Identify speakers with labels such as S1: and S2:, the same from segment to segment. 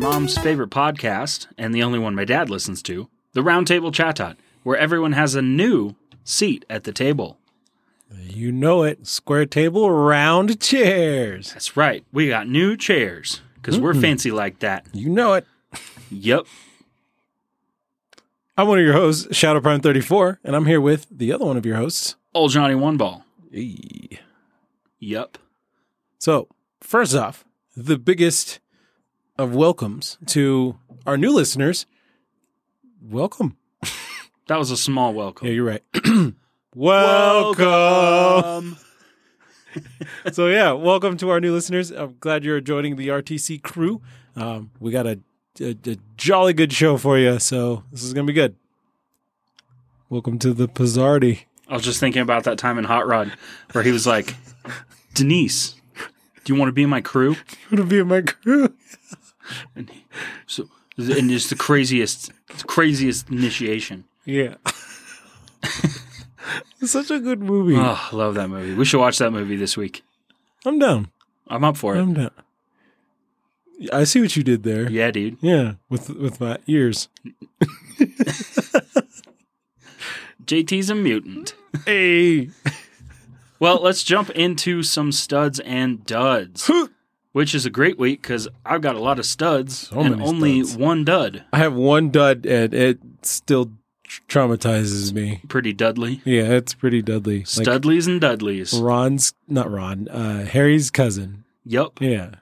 S1: mom's favorite podcast, and the only one my dad listens to, the Roundtable Chatot, where everyone has a new seat at the table.
S2: You know it. Square table, round chairs.
S1: That's right. We got new chairs because we're fancy like that.
S2: You know it.
S1: Yep.
S2: I'm one of your hosts, Shadow Prime 34, and I'm here with the other one of your hosts.
S1: Old Johnny One Ball. Yep.
S2: So, first off, the biggest of welcomes to our new listeners. Welcome.
S1: That was a small welcome.
S2: Yeah, you're right. welcome. so yeah, welcome to our new listeners. I'm glad you're joining the RTC crew. Um, we got a, a, a jolly good show for you, so this is gonna be good. Welcome to the Pizzardi.
S1: I was just thinking about that time in Hot Rod where he was like, Denise, do you want to be in my crew?
S2: Gonna be in my crew.
S1: And he, so, and it's the craziest, craziest initiation.
S2: Yeah, it's such a good movie.
S1: Oh, love that movie. We should watch that movie this week.
S2: I'm down.
S1: I'm up for it.
S2: I'm down. I see what you did there.
S1: Yeah, dude.
S2: Oh, Yeah, with with my ears.
S1: JT's a mutant.
S2: Hey,
S1: Well, let's jump into some studs and duds, which is a great week because I've got a lot of studs
S2: So
S1: and
S2: many
S1: only
S2: studs.
S1: one dud.
S2: I have one dud, and it still traumatizes me.
S1: Pretty Dudley.
S2: Yeah, it's pretty Dudley. Like-
S1: Studleys and Dudleys.
S2: Ron's not Ron, uh, Harry's cousin.
S1: Yup.
S2: Yeah,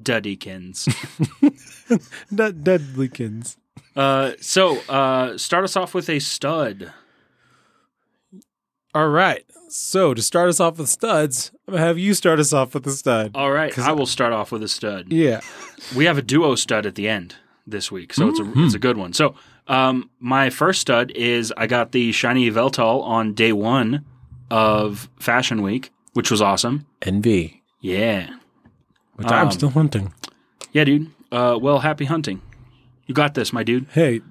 S1: Duddykins.
S2: not Dudleykins.
S1: uh, so, uh, start us off with a stud.
S2: All right. So to start us off with studs, I'm gonna have you start us off with a stud.
S1: All right.
S2: 'Cause
S1: I will start off with a stud.
S2: yeah.
S1: we have a duo stud at the end this week, so it's a it's
S2: Mm-hmm.
S1: a good one. So um, my first stud is I got the shiny Veltal on day one of Fashion Week, which was awesome.
S2: Envy,
S1: Yeah,
S2: which
S1: Um,
S2: I'm still hunting.
S1: yeah, dude. Uh, well, happy hunting. You got this, my dude.
S2: Hey,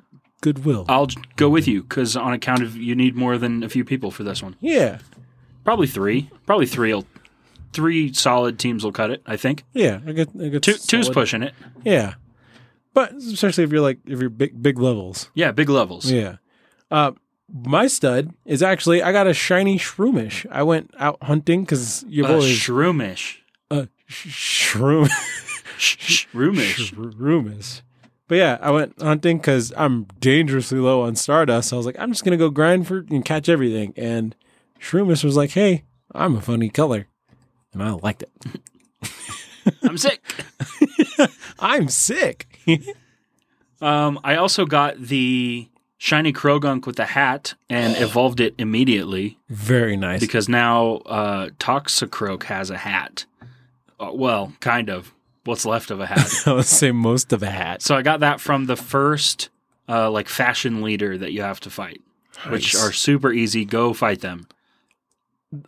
S2: goodwill.
S1: I'll j- go with you because on account of you need more than a few people for this one.
S2: yeah.
S1: Probably three. Probably three. will Three solid teams will cut it. I think
S2: Yeah. I get. I get
S1: two, two's
S2: solid-
S1: pushing it.
S2: Yeah. But especially if you're like if you're big big levels.
S1: Yeah, big levels.
S2: Yeah. Uh, my stud is actually I got a shiny shroomish. I went out hunting because your
S1: Uh,
S2: boy is
S1: shroomish.
S2: uh, sh- shroom.
S1: Sh- Shroomish.
S2: Shroomish. But yeah, I went hunting because I'm dangerously low on Stardust. I was like, I'm just gonna go grind for and catch everything. And Shroomish was like, Hey, I'm a funny color, and I liked it.
S1: I'm sick.
S2: I'm sick.
S1: Um, I also got the shiny Krogunk with the hat and evolved it immediately
S2: Very nice.
S1: because now uh, Toxicroak has a hat. Uh, well, kind of. What's left of a hat.
S2: I would say most of a hat.
S1: so I got that from the first uh, like fashion leader that you have to fight, which
S2: Nice.
S1: are super easy. Go fight them.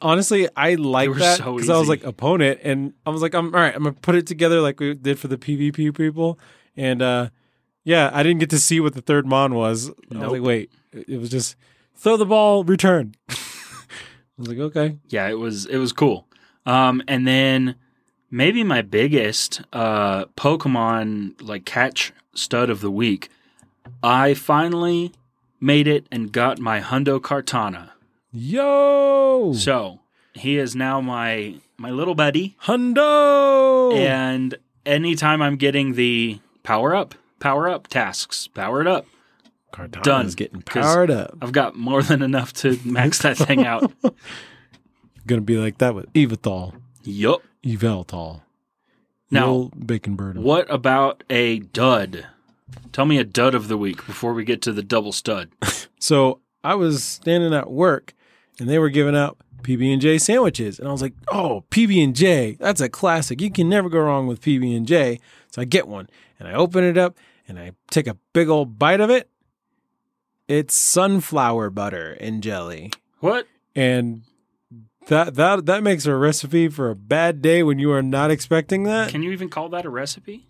S2: Honestly, I like
S1: They were
S2: that
S1: so
S2: because I was
S1: easy.
S2: like opponent, and I was like, I'm all right. I'm gonna put it together like we did for the PvP people, and uh yeah, I didn't get to see what the third mon was. I was
S1: Nope.
S2: like, wait, it it was just throw the ball, return. I was like, okay,
S1: Yeah, it was it was cool. Um, and then maybe my biggest uh, Pokemon like catch stud of the week, I finally made it and got my Hundo Cartana.
S2: yo,
S1: So he is now my my little buddy,
S2: hundo.
S1: and anytime I'm getting the power up, power up tasks, power it up.
S2: Cardano's
S1: done.
S2: getting
S1: 'Cause-
S2: powered up.
S1: I've got more than enough to max that thing out.
S2: Gonna be like that with Evathol,
S1: yup.
S2: Evelthol.
S1: Now-
S2: Yul bacon bird.
S1: What about a dud? Tell me a dud of the week before we get to the double stud.
S2: So I was standing at work, and they were giving out PB and J sandwiches, and I was like, "Oh, PB and J, that's a classic. You can never go wrong with PB and J." So I get one, and I open it up, and I take a big old bite of it. It's sunflower butter and jelly,
S1: What?
S2: and that that that makes a recipe for a bad day when you are not expecting that.
S1: Can you even call that a recipe?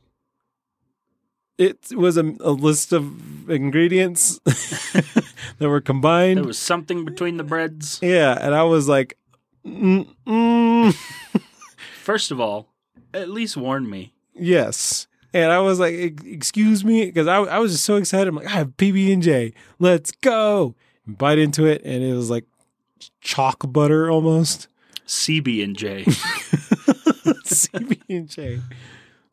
S2: It was a, a list of ingredients that were combined.
S1: There was something between the breads.
S2: Yeah, and I was like, mm, mm,
S1: First of all, at least warn me.
S2: yes. and I was like, "Ex- "Excuse me," because I, I was just so excited. I'm like, "I have PB and J. Let's go!" And bite into it, and it was like chalk butter almost.
S1: CB and J.
S2: CB and J.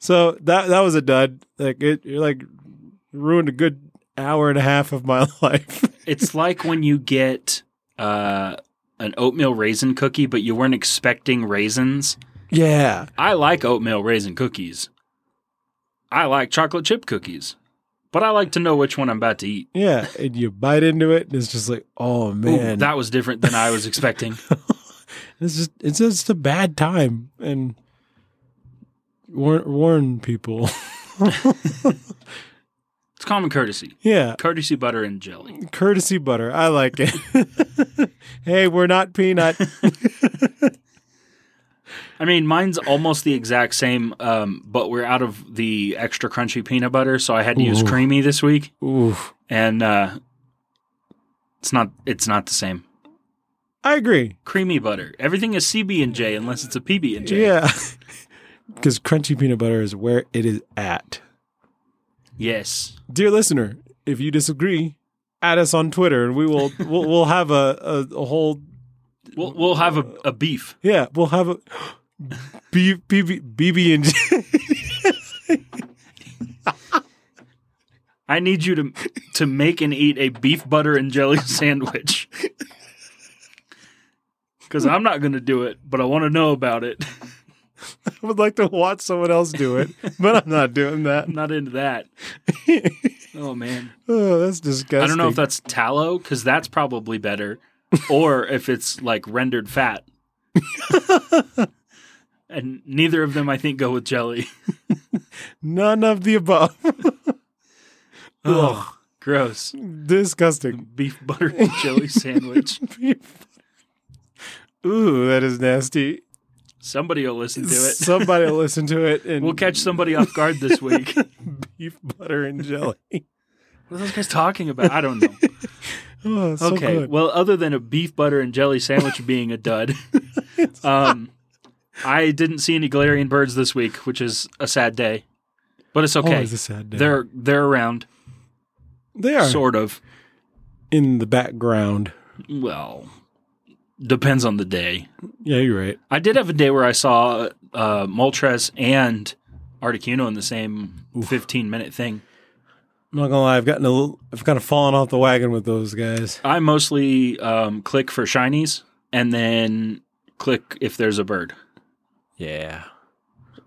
S2: So that that was a dud. Like it, it like ruined a good hour and a half of my life.
S1: it's like when you get uh, an oatmeal raisin cookie, but you weren't expecting raisins.
S2: yeah,
S1: I like oatmeal raisin cookies. I like chocolate chip cookies, but I like to know which one I'm about to eat.
S2: yeah. And you bite into it, and it's just like, oh
S1: Ooh,
S2: man,
S1: that was different than I was expecting.
S2: it's just it's just a bad time. And warn warn people.
S1: It's common courtesy.
S2: yeah,
S1: Courtesy butter and jelly.
S2: courtesy butter. I like it. hey, we're not peanut.
S1: I mean, mine's almost the exact same, um, but we're out of the extra crunchy peanut butter, so I had to use
S2: Ooh.
S1: creamy this week,
S2: Ooh,
S1: and uh, it's not it's not the same.
S2: I agree.
S1: Creamy butter. Everything is CB and J unless it's a PB and J.
S2: Yeah, because crunchy peanut butter is where it is at.
S1: Yes.
S2: dear listener, if you disagree, add us on Twitter, and we will we'll, we'll have a, a, a whole
S1: We'll we'll have a, a beef.
S2: yeah we'll have a B, BB, BB and J.
S1: I need you to to make and eat a beef butter and jelly sandwich. Cuz I'm not going to do it, but I want to know about it.
S2: I would like to watch someone else do it, but I'm not doing that.
S1: I'm not into that. Oh man.
S2: Oh, that's disgusting.
S1: I don't know if that's tallow cuz that's probably better or if it's like rendered fat. and neither of them I think go with jelly.
S2: none of the above.
S1: Ugh, gross.
S2: disgusting.
S1: Beef butter and jelly sandwich.
S2: Ooh, that is nasty.
S1: Somebody will listen to it.
S2: Somebody will listen to it and
S1: We'll catch somebody off guard this week. what
S2: beef butter and jelly.
S1: are those guys talking about? I don't know.
S2: Oh, so
S1: Okay.
S2: good.
S1: well, other than a beef butter and jelly sandwich being a dud, um, I didn't see any Galarian birds this week, which is a sad day. But it's okay.
S2: Always a sad day.
S1: they're they're around,
S2: they are
S1: sort of.
S2: in the background.
S1: Well, depends on the day.
S2: Yeah, you're right.
S1: I did have a day where I saw uh, Moltres and Articuno in the same fifteen minute thing.
S2: I'm not gonna lie, I've gotten a little, I've kind of fallen off the wagon with those guys.
S1: I mostly um, click for shinies and then click if there's a bird.
S2: Yeah,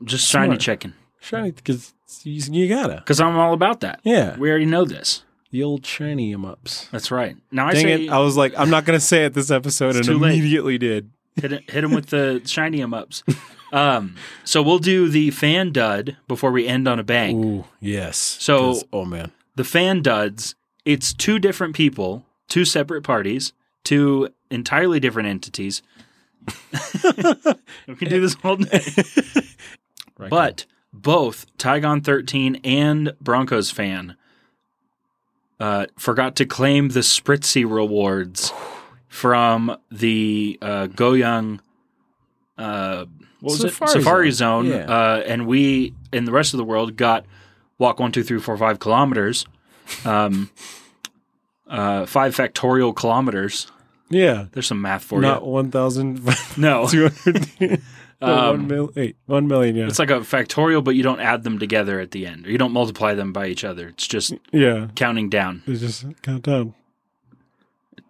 S1: Just shiny
S2: Smart.
S1: checking
S2: shiny because you, you gotta.
S1: because I'm all about that.
S2: Yeah,
S1: We already know this.
S2: the old shiny em ups.
S1: That's right. Now I
S2: Dang
S1: say
S2: it! I was like, I'm not gonna say it this episode, and
S1: It's too late.
S2: immediately did.
S1: hit it- hit him with the shiny em ups. Um, so we'll do the fan dud before we end on a bang.
S2: Ooh, yes.
S1: So-
S2: 'Cause- oh man,
S1: The fan duds. It's two different people, two separate parties, two entirely different entities. we can do this all day.
S2: right
S1: But both Tygon 13 and Broncos fan uh, forgot to claim the Spritzy rewards from the uh, Goyoung uh, what was
S2: Safari
S1: it? Safari Zone.
S2: Zone. Yeah.
S1: Uh, and we in the rest of the world got walk one, two, three, four, five kilometers, um, uh, five factorial kilometers.
S2: yeah,
S1: There's some math for
S2: not
S1: you.
S2: one thousand
S1: No,
S2: two hundred.
S1: Um,
S2: one mil, eight, one million. Yeah,
S1: It's like a factorial, but you don't add them together at the end, or you don't multiply them by each other. It's just
S2: yeah.
S1: counting down
S2: It's just count down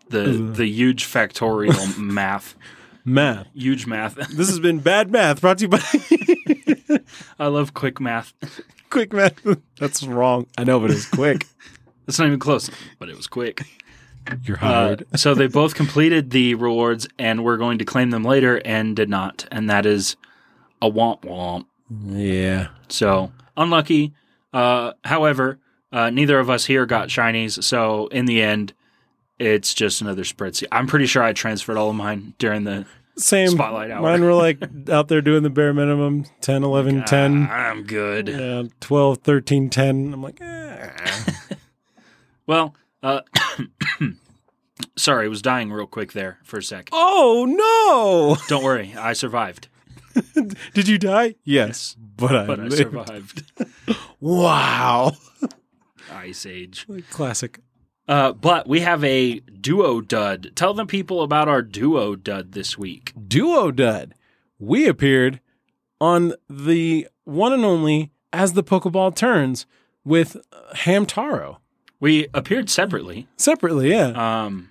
S1: the
S2: Mhm.
S1: the huge factorial math,
S2: math.
S1: huge math.
S2: This has been bad math. Brought to you by
S1: I love quick math.
S2: Quick Math. That's wrong. I know, but it's quick.
S1: It's not even close, but it was quick.
S2: You're
S1: Uh, so they both completed the rewards, and were going to claim them later, and did not, and that is a womp womp.
S2: yeah.
S1: So unlucky. Uh, however, uh, neither of us here got shinies, so in the end, it's just another spritzy. I'm pretty sure I transferred all of mine during the
S2: Same.
S1: Spotlight hour.
S2: Mine were like out there doing the bare minimum 10, 11, 10,
S1: I'm good.
S2: yeah, 12, 13, 10. I'm like, eh.
S1: Well, uh, sorry, I was dying real quick there for a sec.
S2: oh no.
S1: Don't worry, I survived.
S2: Did you die? Yes, but I,
S1: but I
S2: lived.
S1: survived
S2: Wow.
S1: Ice Age.
S2: Classic.
S1: Uh, but we have a duo dud. Tell the people about our duo dud this week.
S2: Duo Dud. We appeared on the one and only As the Pokeball Turns with uh, Hamtaro.
S1: We appeared separately,
S2: Separately, yeah.
S1: um,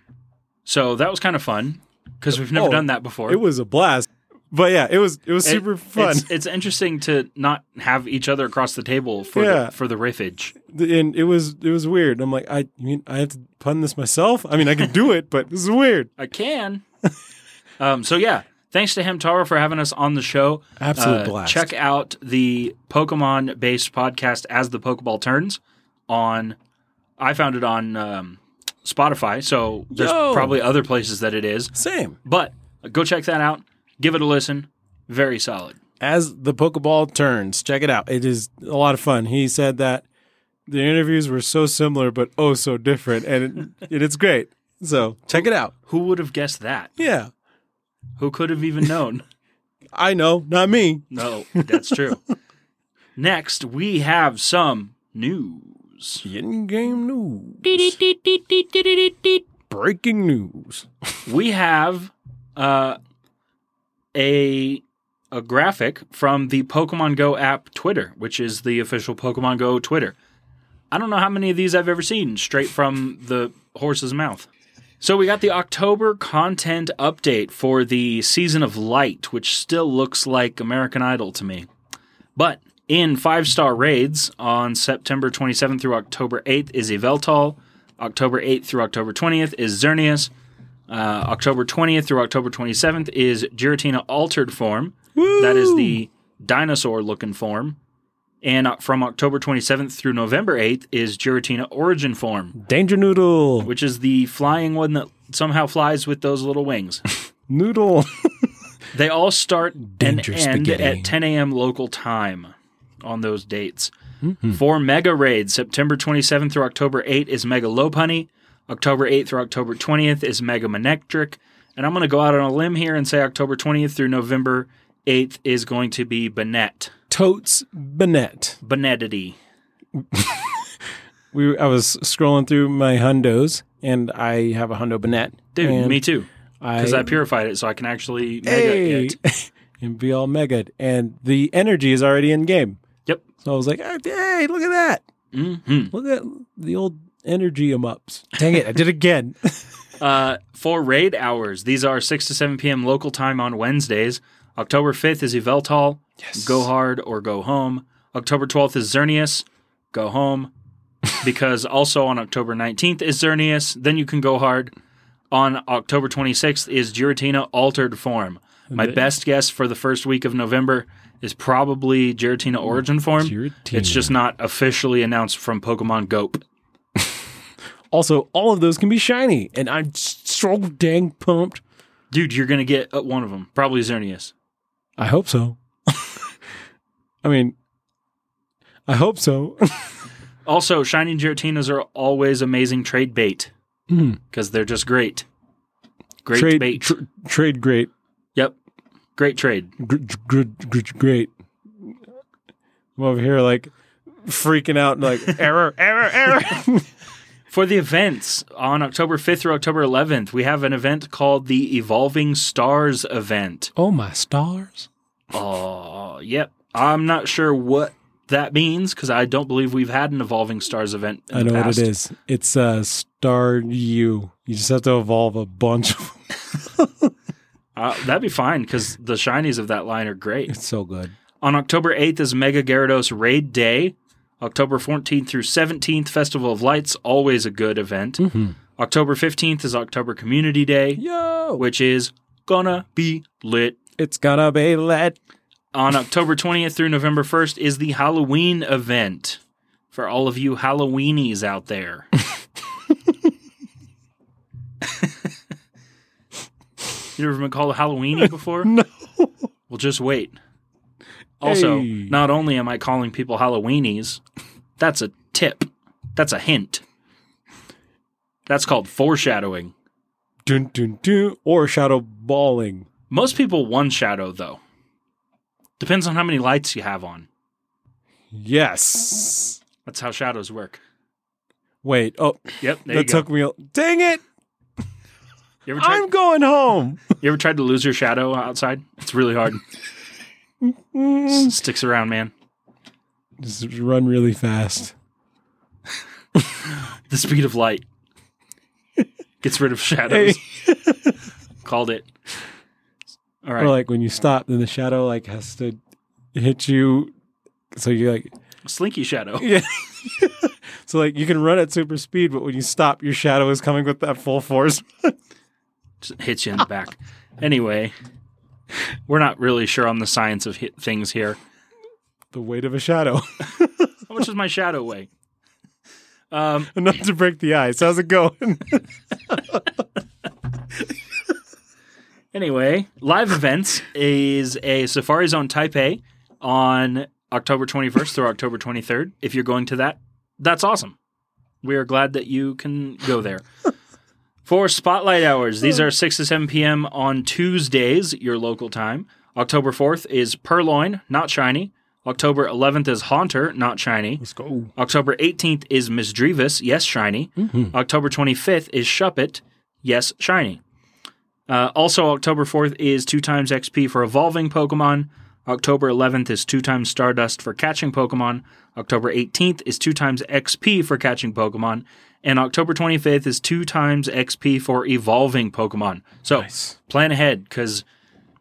S1: so that was kind of fun because we've never
S2: Oh,
S1: done that before.
S2: It was a blast. But yeah, it was it was
S1: It-
S2: super fun.
S1: It's, it's interesting to not have each other across the table for
S2: Yeah.
S1: the, for the riffage.
S2: and it was it was weird. I'm like, I you mean I have to pun this myself. I mean, I can do it, but this is weird.
S1: I can. um, so yeah, thanks to Hemtaro for having us on the show.
S2: Absolute
S1: Uh,
S2: blast.
S1: Check out the Pokemon based podcast as the Pokeball turns on. I found it on um, Spotify, so there's
S2: Yo.
S1: probably other places that it is,
S2: Same
S1: but go check that out. Give it a listen. Very solid.
S2: as the Pokeball turns. Check it out. It is a lot of fun. He said that the interviews were so similar but oh so different, and it, and it's great. So check it out.
S1: Who would have guessed that?
S2: Yeah,
S1: Who could have even known?
S2: I know, not me.
S1: no, that's true. Next, we have some news.
S2: In-game news. Breaking news.
S1: we have uh, a a graphic from the Pokemon Go app Twitter, which is the official Pokemon Go Twitter. I don't know how many of these I've ever seen straight from the horse's mouth. So we got the October content update for the Season of Light, which still looks like American Idol to me. But in five star raids on September 27th through October 8th is Eveltal. October 8th through October 20th is Xerneas. Uh, October 20th through October 27th is Giratina Altered Form. That is the dinosaur looking form. And uh, from October 27th through November 8th is Giratina Origin Form,
S2: Danger Noodle.
S1: which is the flying one that somehow flies with those little wings.
S2: Noodle.
S1: They all start and
S2: Danger
S1: end
S2: spaghetti.
S1: at 10 a.m. local time on those dates.
S2: Mm-hmm.
S1: For Mega Raid, September 27th through October 8th is Mega Lopunny. October 8th through October 20th is Mega Manectric. And I'm going to go out on a limb here and say October 20th through November 8th is going to be Banette.
S2: Totes Bennett.
S1: Banettity.
S2: we I was scrolling through my hundos and I have a hundo Bennett.
S1: Dude,
S2: and
S1: me too. Because I,
S2: I,
S1: purified it so I can actually mega
S2: hey,
S1: it.
S2: and be all mega. And the energy is already in game.
S1: Yep.
S2: So I was like, "Ah, hey, look at that.
S1: hmm
S2: Look at the old energy em ups. Dang it, I did it again.
S1: Uh, for raid hours, these are 6 to 7 p.m. local time on Wednesdays. October 5th is Eveltal. Go hard or go home. October 12th is Xerneas. Go home. because also on October 19th is Xerneas. Then you can go hard. On October 26th is Giratina Altered Form. My best guess for the first week of November is probably Giratina Origin Form. It's just not officially announced from Pokemon Gope.
S2: also all of those can be shiny, and I'm so dang pumped.
S1: Dude, you're going to get uh, one of them. Probably Xerneas.
S2: I hope so. I mean, I hope so.
S1: Also, shiny Giratinas are always amazing trade bait
S2: Mm.
S1: because they're just great. Great
S2: trade
S1: bait.
S2: tr- trade great.
S1: yep. Great trade.
S2: gr- gr- gr- gr- great. I'm over here like freaking out and like error, error, error.
S1: For the events on October 5th through October 11th, we have an event called the Evolving Stars event.
S2: oh my stars!
S1: Oh, yep. I'm not sure what that means because I don't believe we've had an Evolving Stars event. In
S2: I
S1: the
S2: know what
S1: past.
S2: it is. It's uh, star you. You just have to evolve a bunch. of them.
S1: Uh, that'd be fine because the shinies of that line are great.
S2: It's so good.
S1: On October 8th is Mega Gyarados Raid Day. October 14th through 17th, Festival of Lights, always a good event.
S2: Mm-hmm.
S1: October 15th is October Community Day,
S2: Yo,
S1: which is gonna be lit.
S2: it's gonna be lit.
S1: On October 20th through November 1st is the Halloween event for all of you Halloweenies out there. you ever been called a Halloweenie before?
S2: No.
S1: Well, just wait. Also,
S2: Hey.
S1: not only am I calling people Halloweenies, that's a tip. That's a hint. That's called foreshadowing.
S2: Dun dun dun. Or shadow balling.
S1: Most people one shadow though. Depends on how many lights you have on.
S2: Yes.
S1: That's how shadows work.
S2: Wait. Oh,
S1: Yep, there you
S2: that
S1: go.
S2: took me. a- Dang it!
S1: you, ever tried,
S2: I'm going home.
S1: you ever tried to lose your shadow outside? It's really hard.
S2: Mm.
S1: S- Sticks around, man.
S2: Just run really fast.
S1: The speed of light gets rid of shadows. Called it. All right.
S2: Or like when you stop, then the shadow like has to hit you. So you like
S1: Slinky shadow.
S2: yeah. so like you can run at super speed, but when you stop, your shadow is coming with that full force.
S1: just hits you in the back. Anyway, we're not really sure on the science of hit things here.
S2: the weight of a shadow
S1: How much does my shadow weigh? Um,
S2: enough to break the ice. How's it going?
S1: anyway, live events is a Safari Zone Taipei on October 21st through October 23rd. If you're going to that, that's awesome. We are glad that you can go there. For spotlight hours, these are 6 to 7 p.m. on Tuesdays, your local time. October 4th is Purloin, not shiny. October 11th is Haunter, not shiny.
S2: Let's go.
S1: October 18th is Ms. Drevis, yes, shiny. October 25th is Shuppet, yes, shiny. Uh, also, October 4th is 2 times XP for evolving Pokemon. October 11th is 2 times Stardust for catching Pokemon. October 18th is 2 times XP for catching Pokemon. And October 25th is 2 times XP for evolving Pokemon. So,
S2: Nice.
S1: plan ahead because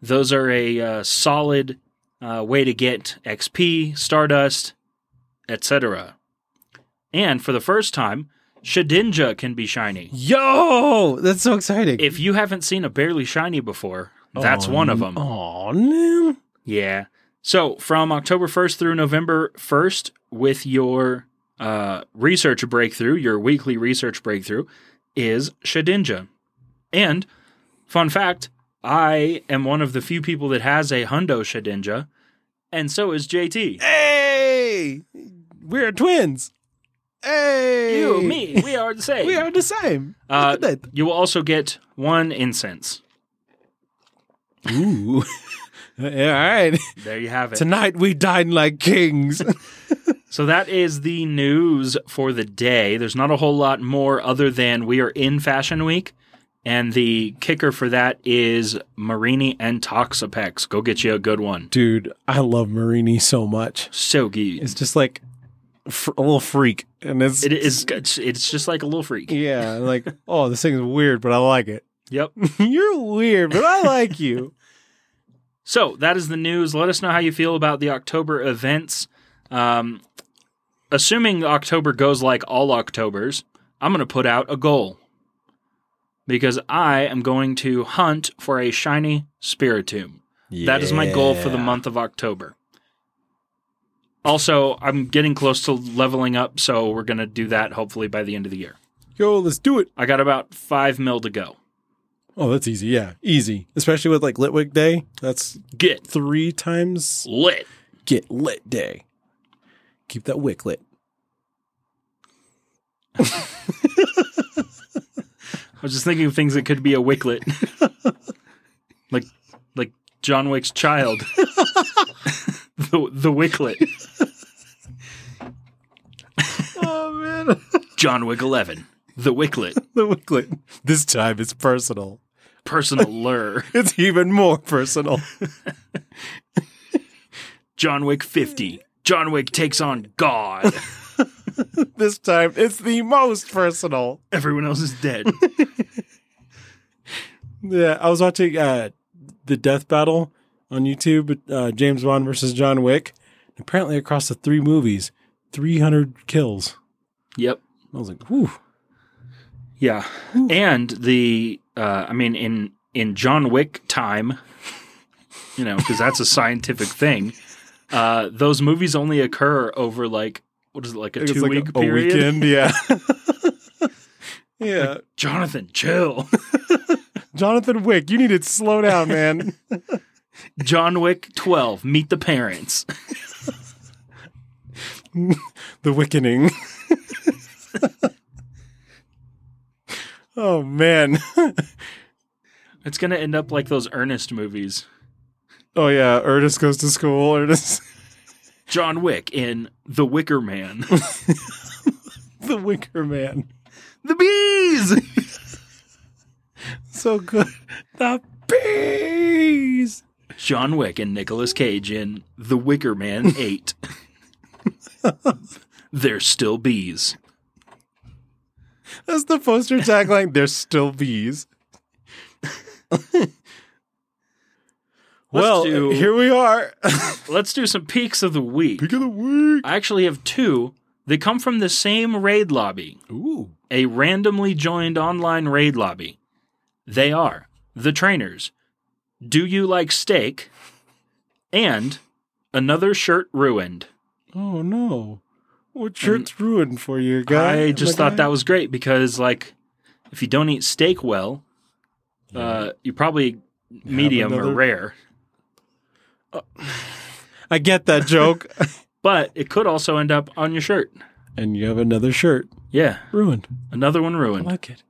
S1: those are a uh, solid uh, way to get XP, Stardust, etc. And for the first time, Shedinja can be shiny.
S2: Yo, that's so exciting.
S1: If you haven't seen a barely shiny before, that's one of them.
S2: Oh man.
S1: Yeah. So from October 1st through November 1st, with your uh, research breakthrough, your weekly research breakthrough, is Shedinja. And fun fact, I am one of the few people that has a Hundo Shedinja, and so is JT.
S2: Hey, we're twins. Hey,
S1: You, me, we are the same.
S2: we are the same.
S1: Uh,
S2: Look at that.
S1: you will also get one incense.
S2: Ooh. yeah, all right.
S1: There you have it.
S2: Tonight we dine like kings.
S1: So that is the news for the day. There's not a whole lot more other than we are in Fashion Week, and the kicker for that is Marini and Toxapex. Go get you a good one.
S2: Dude, I love Marini so much.
S1: So good.
S2: It's just like fr- a little freak, and it's
S1: It is. It's just like a little freak.
S2: yeah, like oh, this thing's weird, but I like it.
S1: Yep.
S2: You're weird, but I like you.
S1: So that is the news. Let us know how you feel about the October events. Um, assuming October goes like all Octobers, I'm going to put out a goal because I am going to hunt for a shiny Spiritomb. That is my goal for the
S2: Yeah.
S1: month of October. Also, I'm getting close to leveling up, so we're going to do that hopefully by the end of the year.
S2: Yo, let's do it.
S1: I got about five mil to go.
S2: Oh, that's easy. Yeah, easy. Especially with like Litwick Day. That's
S1: Get
S2: three times
S1: lit.
S2: get lit day. Keep that wick lit.
S1: I was just thinking of things that could be a wicklet. like like John Wick's child. the the wicklet.
S2: Oh man,
S1: John Wick 11. The wicklet.
S2: the wicklet. This time it's personal.
S1: Personal lure.
S2: It's even more personal.
S1: John Wick 50. John Wick takes on God.
S2: this time it's the most personal.
S1: Everyone else is dead.
S2: Yeah, I was watching uh, the death battle on YouTube, uh, James Bond versus John Wick. Apparently, across the three movies, 300 kills.
S1: Yep.
S2: I was like, whew.
S1: Yeah, and the uh, I mean in in John Wick time, you know, because that's a scientific thing. Uh, those movies only occur over like what is it like a
S2: It's
S1: two
S2: like
S1: week
S2: a, a
S1: period?
S2: weekend. Yeah. yeah.
S1: Jonathan, chill.
S2: Jonathan Wick, you need to slow down, man.
S1: John Wick twelve. Meet the parents.
S2: the Wickening. oh, man. Oh,
S1: It's gonna end up like those Ernest movies.
S2: Oh yeah, Ernest goes to school. Ernest,
S1: John Wick in The Wicker Man.
S2: the Wicker Man,
S1: the bees.
S2: so good. The bees.
S1: John Wick and Nicolas Cage in The Wicker Man 8. There's still bees.
S2: That's the poster tagline. There's still bees. well,
S1: do-
S2: here we are.
S1: Let's do some peaks of the week.
S2: Pick of the week.
S1: I actually have two. They come from the same raid lobby,
S2: Ooh.
S1: a randomly joined online raid lobby. They are the trainers. Do you like steak? And another shirt ruined.
S2: Oh no. What shirt's ruined for you, guy?
S1: I just thought that was great because, like, if you don't eat steak well, uh, you probably medium
S2: another-
S1: or rare.
S2: I get that joke.
S1: But it could also end up on your shirt.
S2: and you have another shirt
S1: Yeah,
S2: ruined.
S1: another one
S2: I
S1: ruined.
S2: like it.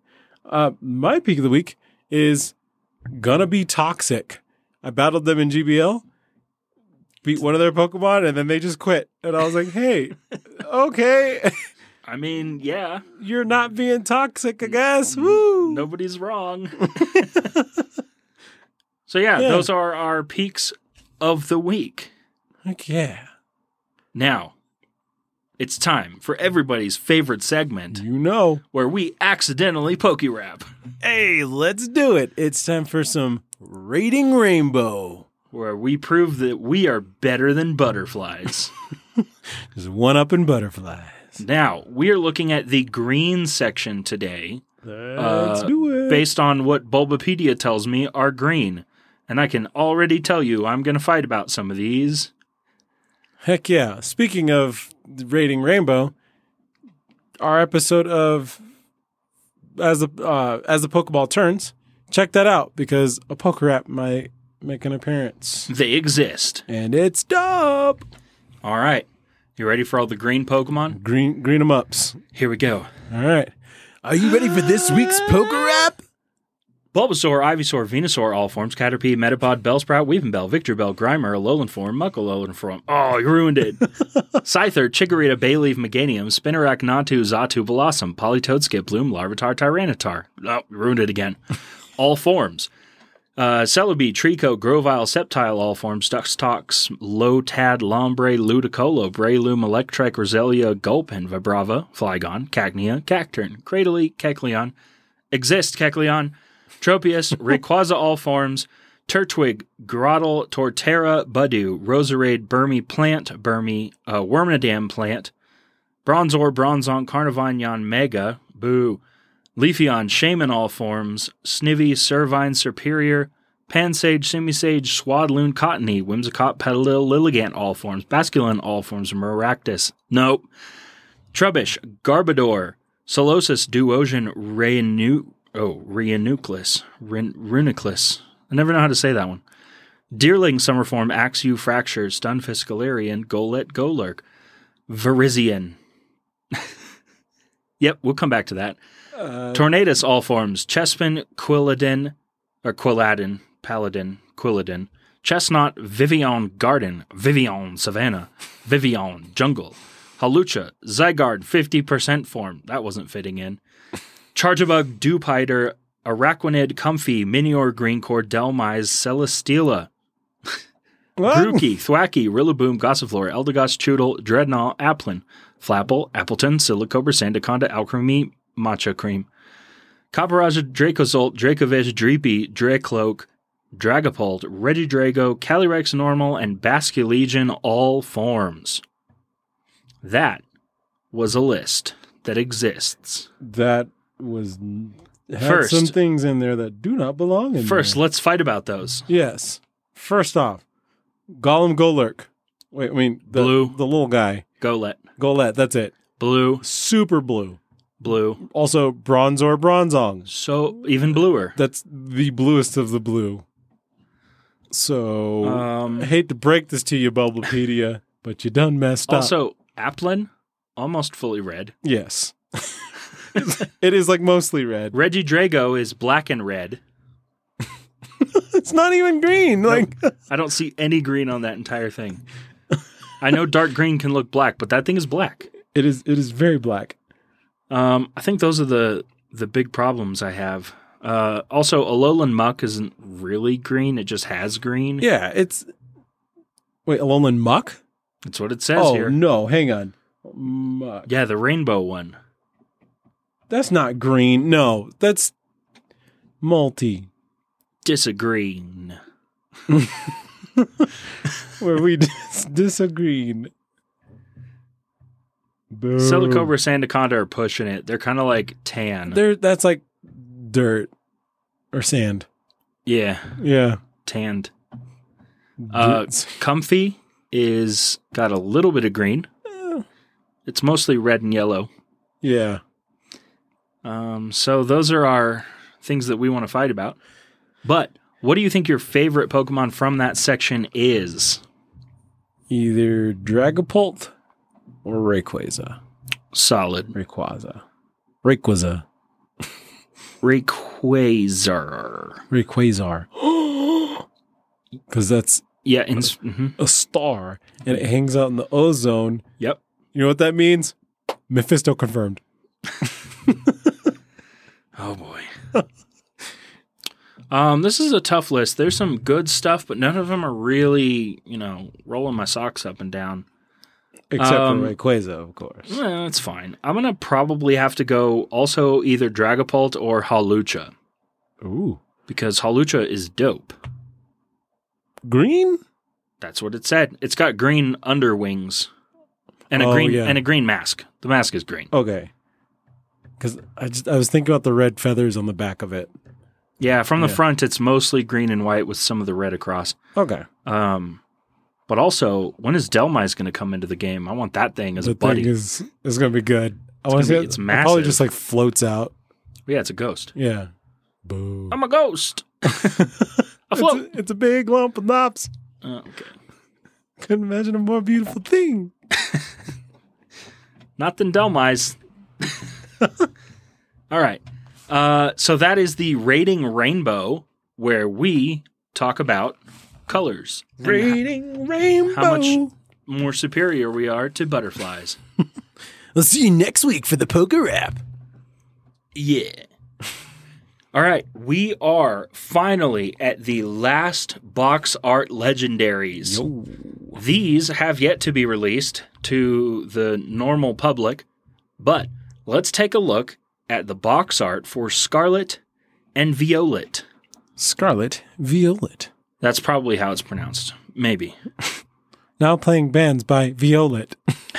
S2: Uh, my peak of the week is gonna be toxic. I battled them in GBL, beat one of their Pokemon, and then they just quit. And I was like, "Hey, okay,
S1: I mean, yeah,
S2: you're not being toxic, I guess." Woo!
S1: nobody's wrong. so yeah,
S2: Yeah.
S1: those are our peaks of the week.
S2: Heck yeah,
S1: Now, it's time for everybody's favorite segment
S2: you know.
S1: where we accidentally pokey rap.
S2: Hey, let's do it. It's time for some rating rainbow.
S1: Where we prove that we are better than butterflies.
S2: There's one up in butterflies.
S1: now, we are looking at the green section today,
S2: Let's do it.
S1: based on what Bulbapedia tells me are green. And I can already tell you I'm going to fight about some of these.
S2: Heck yeah. Speaking of rating Rainbow, our episode of as the uh, as the Pokeball turns, check that out because a poker app might make an appearance.
S1: They exist.
S2: And it's dope.
S1: All right. You ready for all the green Pokemon?
S2: Green green 'em ups.
S1: Here we go.
S2: All right. Are you ready for this week's poker app?
S1: Bulbasaur, Ivysaur, Venusaur, all forms, Caterpie, Metapod, Bellsprout, Weavenbell, Victorbell, Grimer, Alolan form, Muckalolan form. Oh, you ruined it. Scyther, Chikorita, Bayleaf, Meganium, Spinarak, Natu, Zatu, Blossom, Polytoad, Skiploom, Larvitar, Tyranitar. Oh, you ruined it again. all forms. Uh, Celebi, Trico, Grovyle, Sceptile, all forms, Duxtox, Lotad, Lombre, Ludicolo, Breloom, Electrike, Roselia, Gulpin, Vibrava, Flygon, Cagnia, Cacturn, Cradily, Kecleon, Exist, Kecleon, Tropius, Rayquaza all forms, Turtwig, Grottle, Torterra, Budu, Roserade, Burmy Plant, Burmy, uh, Wormadam Plant, Bronzor, Bronzong, Carnivine, Yon, Mega, Boo, Leafeon, Shaman all forms, Snivy, Servine, Superior, Pansage, Simisage, Swadloon, Cottony, Whimsicott, Petalil, Lilligant all forms, Basculin all forms, Maractus. Nope. Trubbish, Garbodor, Solosis, Duosian, Renu, oh, Rheanucleus, Ren- Renucleus. I never know how to say that one. Deerling, Summerform, Axew, Fracture, Stunfisk, Galarian, Golet, Golurk, Verizion. yep, we'll come back to that. Tornadus, all forms, Chespin, Quilladin, or Quilladin, Paladin, Quilladin, Chestnut, Vivian, Garden, Vivian, Savannah, Vivian, Jungle, Halucha, Zygarde, 50% form. That wasn't fitting in. Chargebug, Dewpider, Araquanid, Comfy, Minior, Greencore, Delmise, Celesteela,
S2: What?
S1: Grookey, Thwacky, Rillaboom, Gossiflor, Eldegoss, Choodle, Dreadnought, Applin, Flapple, Appleton, Silicobra, Sandaconda, Alchemy, Matcha Cream, Copperajah, Dracozolt, Dracovish, Dreepy, Dracloak, Dragapult, Regidrago, Calyrex Normal, and Basculegion, all forms. That was a list that exists.
S2: That was had
S1: First.
S2: some things in there that do not belong in
S1: First,
S2: there.
S1: let's fight about those.
S2: Yes. First off, Gollum Golurk. Wait, I mean the
S1: Blue.
S2: the little guy.
S1: Golet,
S2: Golette, that's it.
S1: blue,
S2: Super blue.
S1: blue,
S2: Also Bronzor Bronzong.
S1: so even bluer.
S2: That's the bluest of the blue. So
S1: Um,
S2: I hate to break this to you, Bulbapedia, but you done messed up.
S1: Also, Applin, almost fully red.
S2: yes. it is like mostly red.
S1: Reggie Drago is black and red.
S2: it's not even green. Like
S1: I don't see any green on that entire thing. I know dark green can look black, but that thing is black.
S2: it is. It is very black.
S1: Um, I think those are the the big problems I have. Uh, also, Alolan muck isn't really green; it just has green.
S2: Yeah, it's. Wait, Alolan muck?
S1: That's what it says
S2: oh
S1: here.
S2: no, hang on. Muck.
S1: Yeah, the rainbow one.
S2: That's not green. No, that's multi.
S1: Disagreeing.
S2: Where we dis- disagreed. Boo.
S1: Silicobra Sandaconda are pushing it. They're kind of like tan.
S2: There, that's like dirt or sand.
S1: yeah,
S2: Yeah.
S1: tanned. Uh,
S2: Dirt.
S1: Comfy is got a little bit of green.
S2: Eh,
S1: It's mostly red and yellow.
S2: yeah.
S1: Um, so those are our things that we want to fight about. But what do you think your favorite Pokemon from that section is?
S2: Either Dragapult or Rayquaza.
S1: Solid.
S2: Rayquaza. Rayquaza.
S1: Rayquazer.
S2: Rayquazar. Because that's
S1: Yeah. In, mhm.
S2: a star and it hangs out in the ozone.
S1: Yep.
S2: You know what that means? Mephisto confirmed.
S1: Oh boy. um, this is a tough list. There's some good stuff, but none of them are really, you know, rolling my socks up and down.
S2: Except
S1: Um,
S2: for Rayquaza, of course.
S1: Well, that's Eh, fine. I'm gonna probably have to go also either Dragapult or Halucha
S2: Ooh.
S1: because Halucha is dope.
S2: Green?
S1: That's what it said. It's got green underwings and a
S2: Oh,
S1: green
S2: yeah.
S1: and a green mask. The mask is green.
S2: Okay. Because I, just- I was thinking about the red feathers on the back of it.
S1: Yeah, from the
S2: Yeah.
S1: front, it's mostly green and white with some of the red across.
S2: Okay.
S1: Um, but also, when is Delmise going to come into the game? I want that thing as
S2: the
S1: a buddy.
S2: thing is, is going to be good. I want
S1: gonna
S2: to see
S1: be-
S2: it.
S1: it's
S2: it probably
S1: massive.
S2: just like floats out.
S1: yeah, it's a ghost.
S2: Yeah. Boo.
S1: I'm a ghost. I
S2: It's
S1: float.
S2: a, it's a big lump of knobs.
S1: Uh, okay.
S2: Couldn't imagine a more beautiful thing.
S1: Not than Delmise. All right. Uh, so that is the rating rainbow where we talk about colors. and
S2: Rating rainbow.
S1: how much more superior we are to butterflies.
S2: I'll see you next week for the poker app.
S1: Yeah. All right, we are finally at the last box art legendaries. These have yet to be released to the normal public, but let's take a look at the box art for Scarlet and Violet.
S2: Scarlet Violet.
S1: That's probably how it's pronounced. Maybe.
S2: Now playing bands by Violet.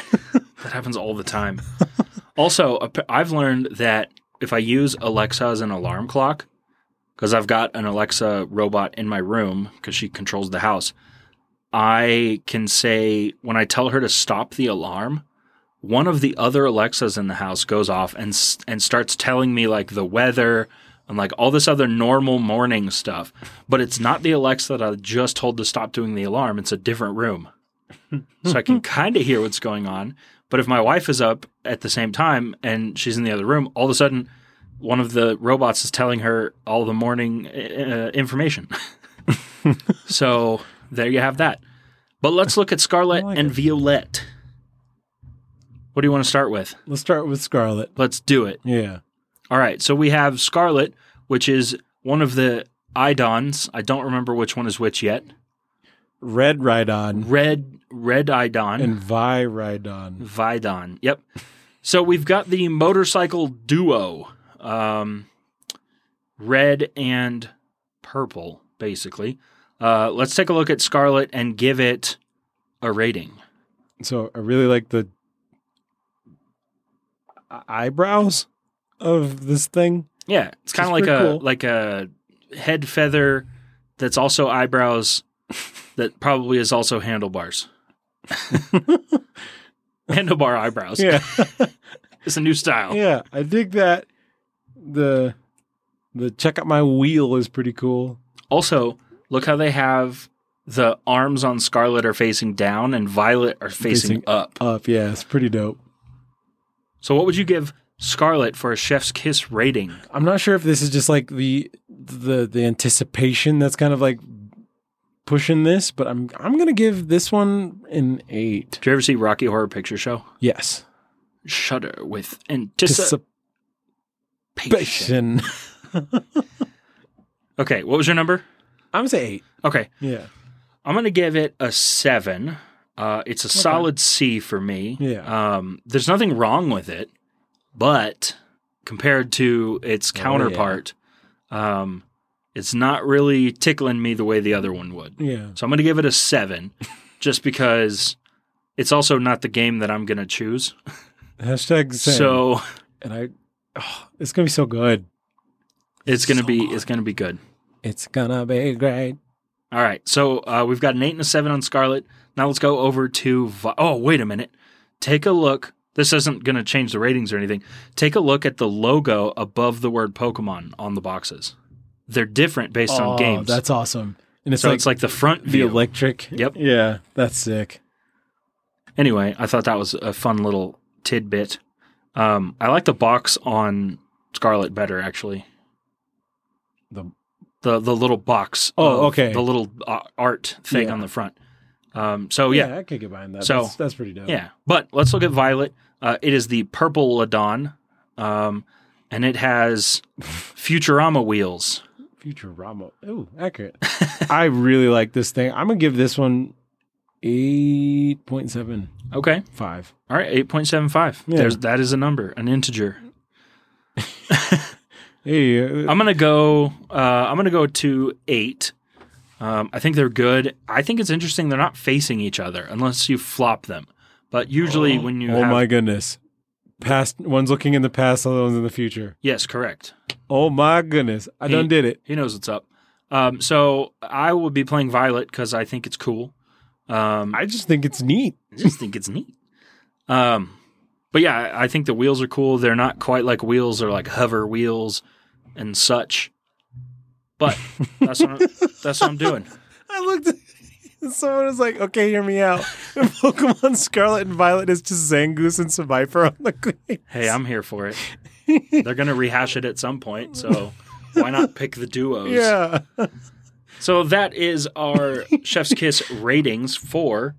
S1: That happens all the time. also, ap- I've learned that if I use Alexa as an alarm clock, because I've got an Alexa robot in my room because she controls the house, I can say when I tell her to stop the alarm, one of the other Alexas in the house goes off and s- and starts telling me like the weather and like all this other normal morning stuff. But it's not the Alexa that I just told to stop doing the alarm. It's a different room so I
S2: Hmm.
S1: can kind of hear what's going on. But if my wife is up at the same time and she's in the other room, all of a sudden, one of the robots is telling her all the morning uh, information. so there you have that. But let's look at Scarlet
S2: I like
S1: and
S2: it.
S1: Violette. What do you want to start with?
S2: Let's start with Scarlet.
S1: Let's do it.
S2: Yeah.
S1: All right. So we have Scarlet, which is one of the Idons. I don't remember which one is which yet.
S2: Red Rhydon
S1: Red, red Idon.
S2: and Vi Rhydon.
S1: Vidon. Yep. So we've got the motorcycle duo, um, red and purple, basically. Uh, let's take a look at Scarlet and give it a rating.
S2: So I really like the e- eyebrows of this thing.
S1: Yeah, it's kind of
S2: Which
S1: like
S2: is
S1: a
S2: pretty cool.
S1: like a head feather that's also eyebrows that probably is also handlebars. Handlebar eyebrows.
S2: Yeah.
S1: It's a new style.
S2: yeah. I dig that. The the check out my wheel is pretty cool.
S1: Also, look how they have the arms on Scarlet are facing down and Violet are facing,
S2: Facing-
S1: up.
S2: Up, yeah, it's pretty dope.
S1: So, what would you give Scarlet for a chef's kiss rating?
S2: I'm not sure if this is just like the the the anticipation that's kind of like pushing this, but I'm I'm gonna give this one an eight.
S1: Did you ever see Rocky Horror Picture Show?
S2: Yes,
S1: Shudder with anticipation.
S2: anticipation.
S1: Okay, what was your number?
S2: I'm gonna say eight.
S1: Okay,
S2: Yeah,
S1: I'm gonna give it a seven. Uh, it's a solid C for me.
S2: Yeah.
S1: Um, there's nothing wrong with it, but compared to its
S2: Oh, yeah.
S1: counterpart, um, it's not really tickling me the way the other one would.
S2: yeah.
S1: So I'm gonna give it a seven, just because it's also not the game that I'm gonna choose.
S2: Hashtag same.
S1: So
S2: and I, oh, it's gonna be so good.
S1: it's gonna
S2: So
S1: be
S2: good.
S1: it's gonna be good.
S2: It's gonna be great.
S1: All right. So uh, we've got an eight and a seven on Scarlet. Now let's go over to. Vi- oh, wait a minute. Take a look. This isn't going to change the ratings or anything. Take a look at the logo above the word Pokemon on the boxes. They're different based on
S2: Oh,
S1: games.
S2: That's awesome. And it's
S1: so
S2: like,
S1: it's like the front
S2: the
S1: view.
S2: electric.
S1: Yep.
S2: Yeah, that's sick.
S1: anyway, I thought that was a fun little tidbit. Um, I like the box on Scarlet better, actually.
S2: The-
S1: the the little box.
S2: Oh,
S1: of
S2: okay.
S1: The little uh, art thing
S2: Yeah.
S1: on the front. Um, so yeah,
S2: I could get behind that.
S1: So-
S2: that's, that's pretty dope.
S1: Yeah, but let's look at Violet. Uh, it is the purple Ladon, um, and it has Futurama wheels.
S2: Futurama. Ooh, accurate. I really like this thing. I'm gonna give this one eight point seven
S1: Okay,
S2: five.
S1: all right, eight point seven five.
S2: Yeah.
S1: There's that is a number, an integer.
S2: Hey, uh,
S1: I'm gonna go. Uh, I'm gonna go to eight. Um, I think they're good. I think it's interesting. They're not facing each other unless you flop them. But usually, when you
S2: oh
S1: have,
S2: my goodness. Past one's looking in the past, the other one's in the future.
S1: yes, correct.
S2: Oh my goodness. I
S1: Hey.
S2: done did it.
S1: He knows what's up. Um, so I will be playing Violet because I think it's cool. Um,
S2: I just think it's neat.
S1: I just think it's neat. Um, but yeah, I- I think the wheels are cool. They're not quite like wheels; they're like hover wheels and such. But that's what I'm, that's what I'm doing.
S2: I looked at and someone was like, okay, hear me out. And Pokemon Scarlet and Violet is just Zangoose and Survivor on the queen.
S1: Hey, I'm here for it. They're gonna rehash it at some point, so why not pick the duos?
S2: Yeah.
S1: So that is our Chef's Kiss ratings for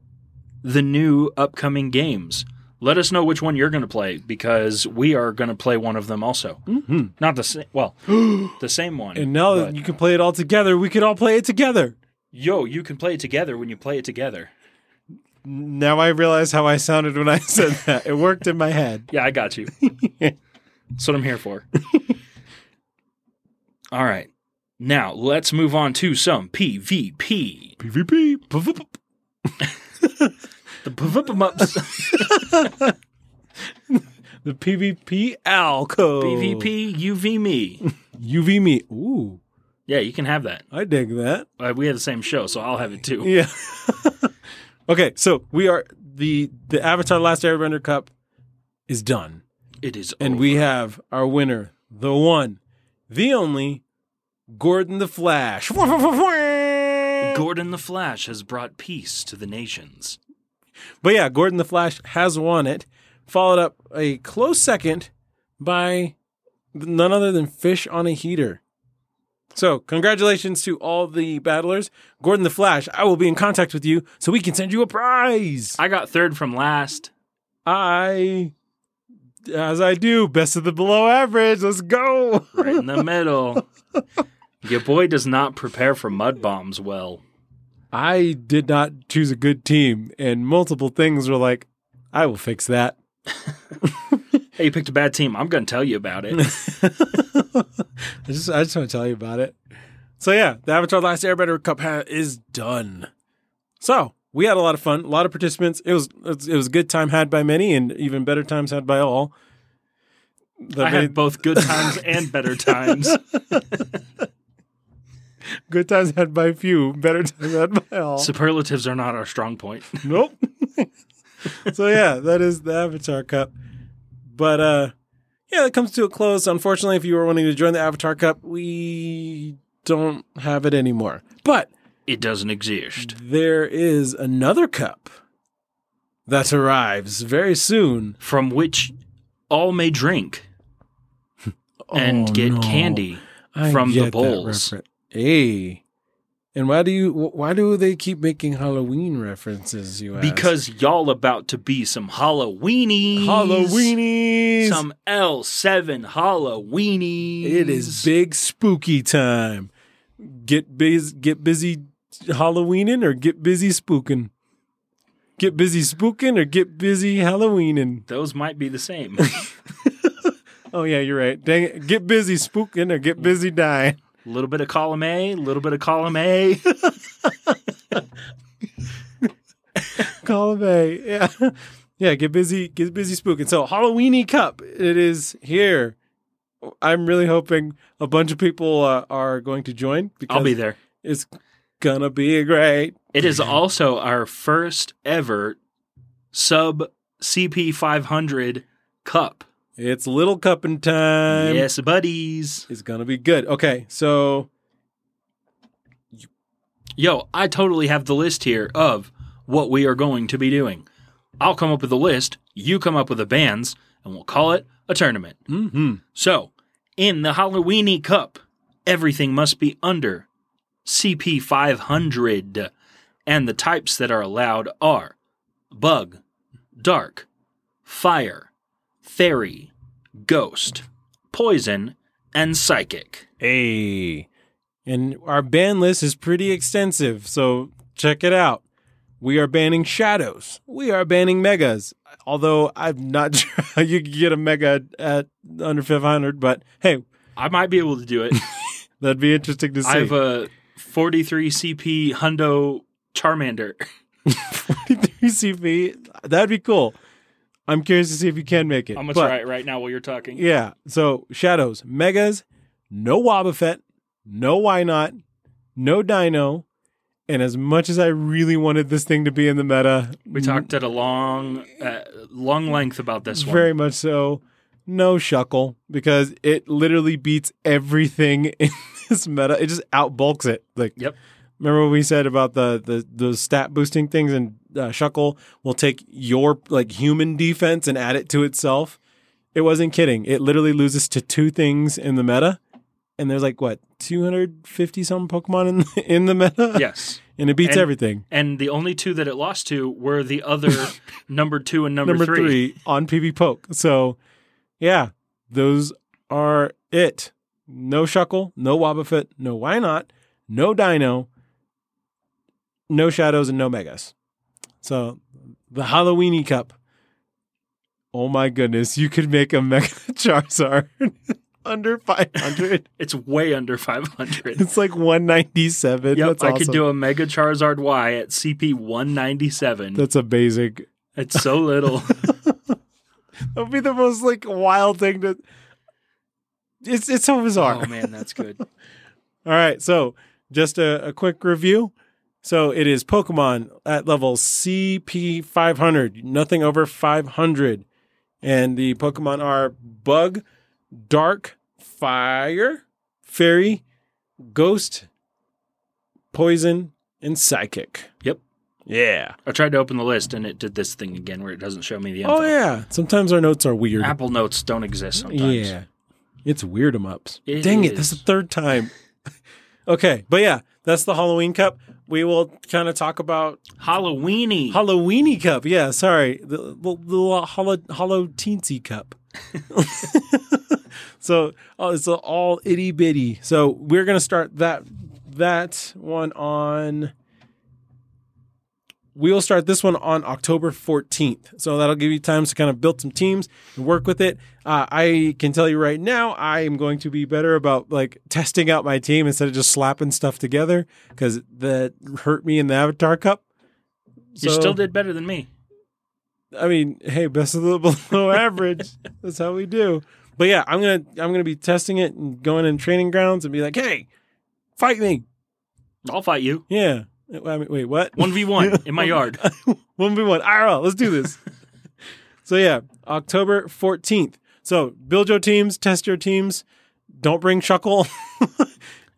S1: the new upcoming games. Let us know which one you're going to play because we are going to play one of them also. Mm-hmm. Not the same. Well, the same one.
S2: And now that
S1: but-
S2: you can play it all together, we could all play it together.
S1: yo, you can play it together when you play it together.
S2: Now I realize how I sounded when I said that. It worked in my head.
S1: Yeah, I got you. That's what I'm here for. All right. Now let's move on to some PvP.
S2: PvP. PvP.
S1: The PvP ups.
S2: The PvP alco.
S1: PvP, UV me.
S2: UV me. Ooh,
S1: Yeah, you can have that.
S2: I dig that.
S1: Uh, we have the same show, so I'll have it too.
S2: Yeah. okay, so we are the the Avatar Last Airbender Cup is done.
S1: It is,
S2: And we have our winner, the one, the only, Gordon the Flash.
S1: over. Gordon the Flash has brought peace to the nations.
S2: But yeah, Gordon the Flash has won it, followed up a close second by none other than Fish on a Heater. So, congratulations to all the battlers. Gordon the Flash, I will be in contact with you so we can send you a prize.
S1: I got third from last.
S2: I, as I do, best of the below average. Let's go.
S1: right in the middle. Your boy does not prepare for mud bombs well.
S2: I did not choose a good team, and multiple things were like, I will fix that.
S1: Hey, you picked a bad team. I'm going to tell you about it.
S2: I just I just want to tell you about it. So yeah, the Avatar Last Airbender Cup ha- is done. So we had a lot of fun, a lot of participants. It was it was a good time had by many, and even better times had by all. The
S1: I had both good times and better times.
S2: good times had by few, better times had by all.
S1: Superlatives are not our strong point.
S2: nope. so yeah, that is the Avatar Cup. But uh yeah, that comes to a close. Unfortunately, if you were wanting to join the Avatar Cup, we don't have it anymore. But
S1: It doesn't exist.
S2: there is another cup that arrives very soon
S1: From which all may drink and
S2: Oh,
S1: get
S2: no.
S1: candy.
S2: I
S1: from the
S2: get that
S1: bowls.
S2: reference. Hey, and why do you? wh- Why do they keep making Halloween references? You ask?
S1: Because y'all about to be some Halloweenies.
S2: Halloweenies.
S1: Some L7 Halloweenies.
S2: It is big spooky time. Get busy, get busy Halloweening or get busy spooking. Get busy spooking or get busy Halloweening.
S1: Those might be the same.
S2: Oh yeah, you're right. Dang it. Get busy spooking or get busy dying.
S1: A little bit of column A, a little bit of column A.
S2: Call it a yeah. Yeah, get busy, get busy spooking. So Halloweeny cup, it is here. I'm really hoping a bunch of people uh, are going to join because
S1: I'll be there.
S2: it's gonna be great.
S1: It is also our first ever sub CP 500 cup.
S2: It's little cupping time.
S1: yes, buddies.
S2: It's gonna be good. Okay, so
S1: Yo, I totally have the list here of what we are going to be doing. I'll come up with a list, you come up with the bands, and we'll call it a tournament.
S2: mm-hmm.
S1: So, in the Halloweeny Cup, everything must be under CP 500, and the types that are allowed are bug, dark, fire, fairy, ghost, poison, and psychic.
S2: Hey. And our ban list is pretty extensive, so check it out. We are banning shadows. We are banning megas. Although I'm not sure how you can get a mega at under 500, but hey,
S1: I might be able to do it. uh,
S2: that'd be interesting to see.
S1: I have a 43 CP Hundo Charmander. uh,
S2: 43 CV. That'd be cool. I'm curious to see if you can make it.
S1: I'm going to
S2: But-
S1: try it right now while you're talking.
S2: Yeah. So shadows, megas, no Wobbuffet, no why not, no Dino, and as much as I really wanted this thing to be in the meta,
S1: We talked at a long, uh, long length about this one.
S2: very much so. No Shuckle because it literally beats everything in this meta. It just outbulks it. Like,
S1: Yep.
S2: Remember what we said about the the, the stat boosting things and uh, Shuckle will take your like human defense and add it to itself. It wasn't kidding. It literally loses to two things in the meta, and there's like what 250 some Pokemon in the, in the meta,
S1: yes.
S2: and it beats
S1: And-
S2: everything.
S1: and the only two that it lost to were the other number two and number,
S2: number three.
S1: three.
S2: on PB Poke. So, yeah, those are it. No Shuckle, no Wobbuffet, no Why Not, no Dino, no Shadows, and no Megas. So, the Halloweeny Cup. Oh my goodness, you could make a Mega Charizard under 500.
S1: It's way under 500.
S2: it's like 197.
S1: yep,
S2: That's
S1: I could do a Mega Charizard Y at CP 197.
S2: That's amazing.
S1: It's so little.
S2: That would be the most like wild thing to. It's it's so bizarre.
S1: oh man, that's good.
S2: All right, so just a, a quick review. So it is Pokemon at level CP 500, nothing over 500. And the Pokemon are Bug, Dark, Fire, Fairy, Ghost, Poison, and Psychic.
S1: Yep.
S2: Yeah.
S1: I tried to open the list and it did this thing again where it doesn't show me the info.
S2: Oh, yeah. Sometimes our notes are weird.
S1: Apple notes don't exist sometimes.
S2: Yeah. It's weird em ups.
S1: It
S2: Dang it, that's the
S1: is.
S2: third time. okay, but yeah, that's the Halloween cup. We will kind of talk about
S1: Halloweeny.
S2: Halloweeny cup. Yeah, sorry. The, the, the hollow, hollow teensy cup. so oh, it's all itty bitty. So we're gonna start that that one on. We'll start this one on October 14th. So that'll give you time to kind of build some teams and work with it. Uh, I can tell you right now, I am going to be better about like testing out my team instead of just slapping stuff together because that hurt me in the Avatar Cup.
S1: you
S2: So-
S1: still did better than me.
S2: I mean, hey, best of the below average. That's how we do. But yeah, I'm gonna I'm gonna be testing it and going in training grounds and be like, hey, fight me.
S1: I'll fight you.
S2: Yeah. I mean, wait, what?
S1: 1v1 in my yard.
S2: One v one. IRL. Let's do this. so yeah, October fourteenth. So build your teams, test your teams. Don't bring Shuckle.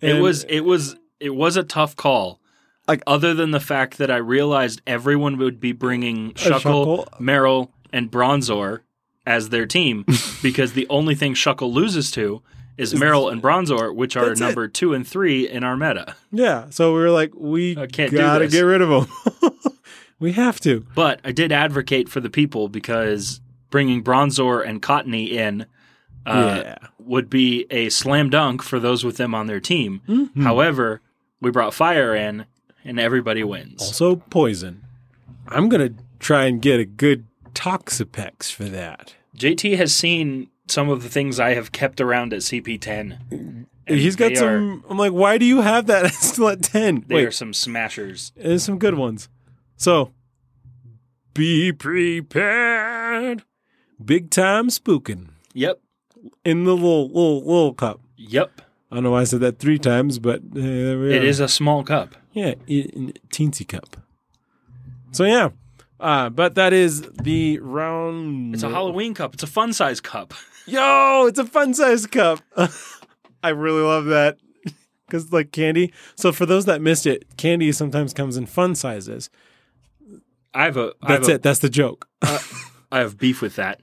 S1: It
S2: And-
S1: was it was it was a tough call.
S2: Like-
S1: other than the fact that I realized everyone would be bringing Shuckle,
S2: Shuckle?
S1: Merrill, and Bronzor as their team because the only thing Shuckle loses to is Meryl and Bronzor, which are
S2: That's it.
S1: number two and three in our meta.
S2: Yeah. So we were like, we
S1: I can't do
S2: gotta
S1: this.
S2: get rid of them. we have to.
S1: But I did advocate for the people because bringing Bronzor and Cottony in uh,
S2: yeah.
S1: would be a slam dunk for those with them on their team.
S2: Mm-hmm.
S1: However, we brought Fire in, and everybody wins.
S2: Also poison. I'm gonna try and get a good Toxapex for that.
S1: JT has seen some of the things I have kept around at CP10. and
S2: He's got
S1: they Are,
S2: some. I'm like, why do you have that? It's still at ten.
S1: they
S2: Wait,
S1: are some smashers.
S2: there's some good ones. So, be prepared. Big time spooking
S1: Yep.
S2: in the little little little cup.
S1: Yep.
S2: I don't know why I said that three times, but uh, there we
S1: It
S2: are.
S1: is a small cup.
S2: Yeah, in, in teensy cup. So yeah, uh, but that is the round.
S1: It's a Halloween cup. It's a fun size cup.
S2: Yo, it's a fun size cup. I really love that because like candy. So for those that missed it, candy sometimes comes in fun sizes.
S1: I have a. I have
S2: That's
S1: a-
S2: it. That's the joke.
S1: I have beef with that.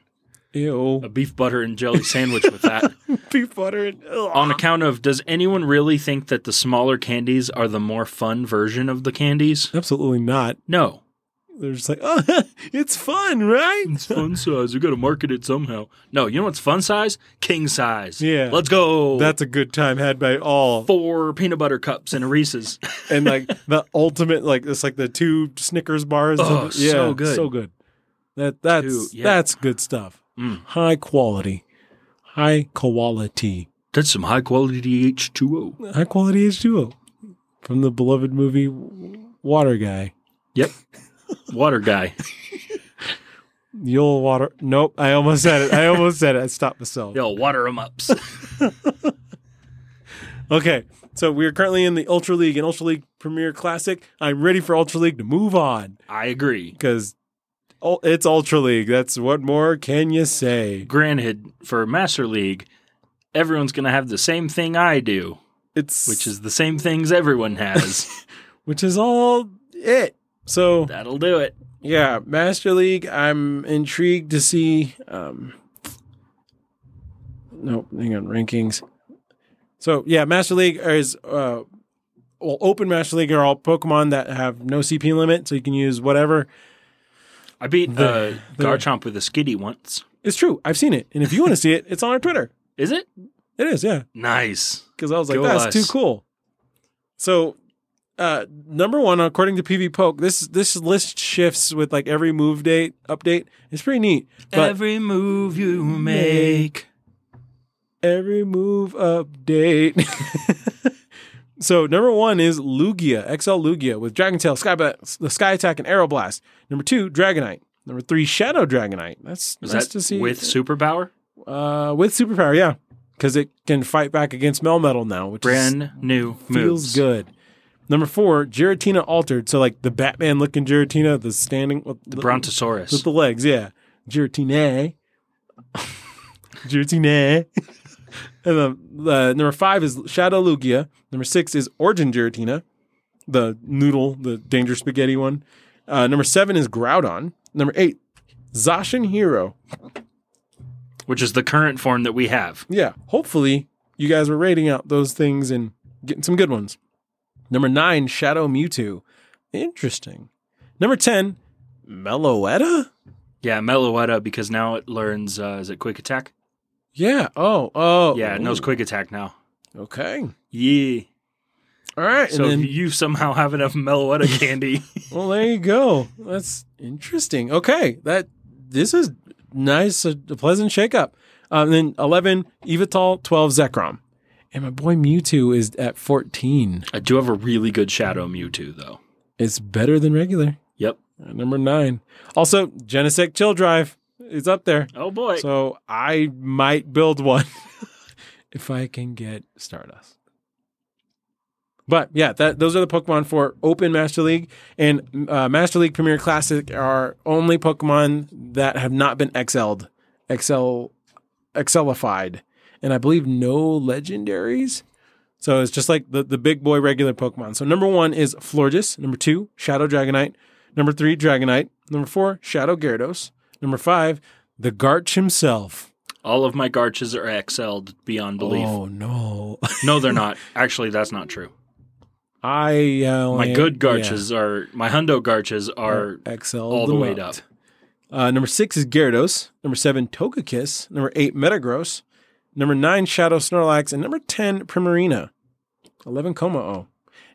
S1: A
S2: Ew,
S1: beef butter and jelly sandwich with that.
S2: beef butter and ugh.
S1: On account of, does anyone really think that the smaller candies are the more fun version of the candies?
S2: absolutely not.
S1: No.
S2: They're just like, oh, it's fun, right?
S1: It's fun size. We got to market it somehow. No, you know what's fun size? King size.
S2: Yeah.
S1: Let's go.
S2: That's a good time had by all.
S1: four peanut butter cups and a Reese's.
S2: and like the ultimate, like it's like the two Snickers bars.
S1: Oh, so good.
S2: so good. That that's
S1: Two, yeah. Mm.
S2: that's good stuff. High quality, high quality,
S1: That's some high quality H2O.
S2: high quality H two O from the beloved movie Water Guy.
S1: Yep. Water guy.
S2: The old water. Nope, I almost said it. I almost said it. I stopped myself.
S1: Yo, water 'em ups.
S2: Okay, so we are currently in the Ultra League and Ultra League Premier Classic. I'm ready for Ultra League to move on
S1: I agree.
S2: because it's Ultra League. That's what more can you say?
S1: Granted, for Master League, everyone's going to have the same thing I do,
S2: It's
S1: which is the same things everyone has.
S2: which is all it. So
S1: That'll do it.
S2: yeah, Master League. I'm intrigued to see. Um, nope, hang on rankings. So yeah, Master League is uh, well, open Master League are all Pokemon that have no CP limit, so you can use whatever.
S1: I beat uh,
S2: The- the-
S1: Garchomp with a skitty once.
S2: It's true. I've seen it, and if you want to see it, it's on our Twitter.
S1: Is it?
S2: It is, yeah.
S1: Nice.
S2: because I was like,
S1: Go
S2: that's
S1: us.
S2: too cool. So, uh, number one, according to PV Poke, this this list shifts with like every move date update. It's pretty neat. But every,
S1: Every move you make.
S2: move update. so number one is Lugia, XL Lugia with Dragon Tail, Sky Ba- the Sky Attack, and Arrow Blast. Number two, Dragonite. Number three, Shadow Dragonite. That's
S1: Was
S2: nice
S1: that
S2: to see
S1: with superpower?
S2: uh, with superpower, yeah, because it can fight back against Melmetal now, which is
S1: Brand new moves.
S2: feels good. Number four, Giratina altered. So like the Batman looking Giratina, the standing with the,
S1: Brontosaurus.
S2: with the legs, yeah. Giratina. Giratina. and then uh, number five is Shadow Lugia. Number six is Origin Giratina, the noodle, the danger spaghetti one. Uh, number seven is Groudon. Number eight, Zacian Hero.
S1: which is the current form that we have.
S2: yeah, hopefully you guys were rating out those things and getting some good ones. Number nine, Shadow Mewtwo. Interesting. Number 10, Meloetta?
S1: Yeah, Meloetta because now it learns uh, is it quick attack?
S2: Yeah. Oh, oh.
S1: Yeah, it knows
S2: Ooh.
S1: quick attack now.
S2: Okay.
S1: Yeah.
S2: All right.
S1: So
S2: and
S1: if
S2: then,
S1: you somehow have enough Meloetta candy,
S2: well, there you go. That's interesting. Okay. That this is nice, a, a pleasant shakeup. Um, then 11, Evital, 12, Zekrom. And my boy Mewtwo is at 14.
S1: I do have a really good Shadow Mewtwo though.
S2: It's better than regular.
S1: Yep.
S2: At number nine. Also, Genesec Chill Drive is up there.
S1: Oh boy.
S2: So I might build one if I can get Stardust. But yeah, that those are the Pokemon for Open Master League and uh, Master League Premier Classic are only Pokemon that have not been XL'd, XL, XLified, and I believe no legendaries. So it's just like the, the big boy regular Pokemon. So number one is Florges. Number two, Shadow Dragonite. Number three, Dragonite. Number four, Shadow Gyarados. Number five, the Garch himself.
S1: All of my Garches are excelled beyond belief.
S2: Oh no,
S1: No, they're not. Actually, that's not true.
S2: I uh,
S1: My
S2: only-
S1: good
S2: yeah.
S1: Garches are, my Hundo Garches are
S2: XL
S1: all the way up.
S2: Uh, number six is Gyarados. Number seven, Togekiss. Number eight, Metagross. Number nine, Shadow Snorlax. And number 10, Primarina. 11, Komao.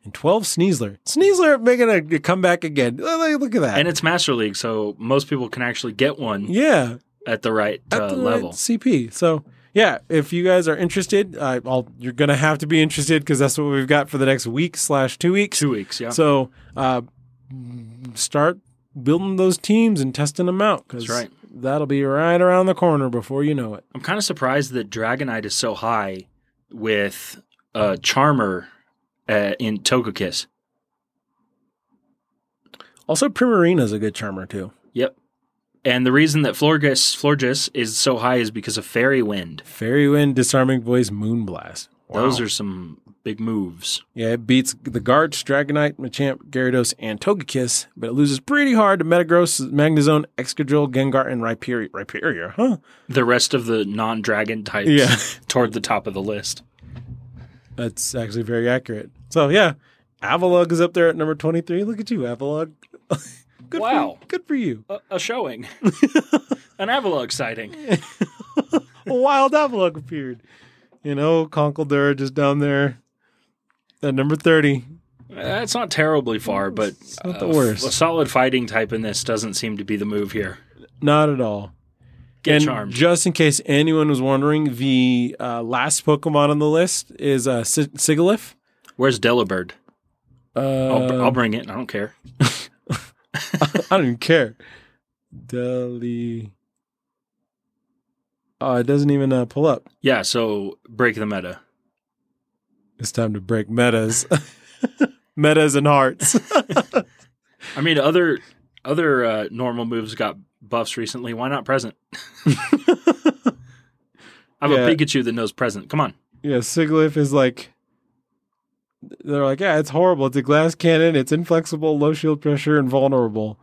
S2: And 12, Sneasler. Sneasler making a, a comeback again. Look look at that.
S1: And it's Master League, so most people can actually get one
S2: yeah.
S1: at the right uh,
S2: at the
S1: level.
S2: right CP. So yeah, if you guys are interested, I, I'll, you're gonna have to be interested because that's what we've got for the next week slash two weeks.
S1: Two weeks, yeah.
S2: So uh, mm, start building those teams and testing them out. 'cause
S1: That's right.
S2: That'll be right around the corner before you know it.
S1: I'm kind of surprised that Dragonite is so high with uh, Charmer uh, in Togekiss.
S2: Also, Primarina's a good charmer too.
S1: Yep. And the reason that Florgis, Florgis is so high is because of Fairy Wind.
S2: Fairy Wind, Disarming Voice, Moonblast.
S1: Those
S2: Wow.
S1: are some big moves.
S2: yeah, it beats the Guards, Dragonite, Machamp, Gyarados, and Togekiss, but it loses pretty hard to Metagross, Magnezone, Excadrill, Gengar, and Rhyperior. Rhyperior, huh?
S1: The rest of the non dragon types
S2: Yeah.
S1: toward the top of the list.
S2: That's actually very accurate. So yeah, Avalog is up there at number twenty three. Look at you, Avalog. good
S1: Wow.
S2: For, good for you.
S1: A, a showing. An Avalog sighting.
S2: A wild Avalog appeared. You know, Conkeldurr just down there at number thirty.
S1: That's not terribly far, but
S2: It's not the
S1: uh, f-
S2: worst.
S1: a solid fighting type in this doesn't seem to be the move here.
S2: Not at all.
S1: Get
S2: and
S1: charmed.
S2: just in case anyone was wondering, the uh, last Pokemon on the list is uh, Si- Sigilyph.
S1: Where's Delibird? I'll, br-
S2: Uh,
S1: I'll bring it. I don't care.
S2: I don't even care. Uh, Deli. Oh, it doesn't even uh, pull up.
S1: Yeah, so break the meta.
S2: It's time to break metas. metas and hearts.
S1: I mean, other other uh, normal moves got buffs recently. Why not present? I have
S2: Yeah.
S1: a Pikachu that knows present. Come on.
S2: yeah, Siglif is like they're like, yeah, it's horrible. It's a glass cannon, it's inflexible, low shield pressure, and vulnerable.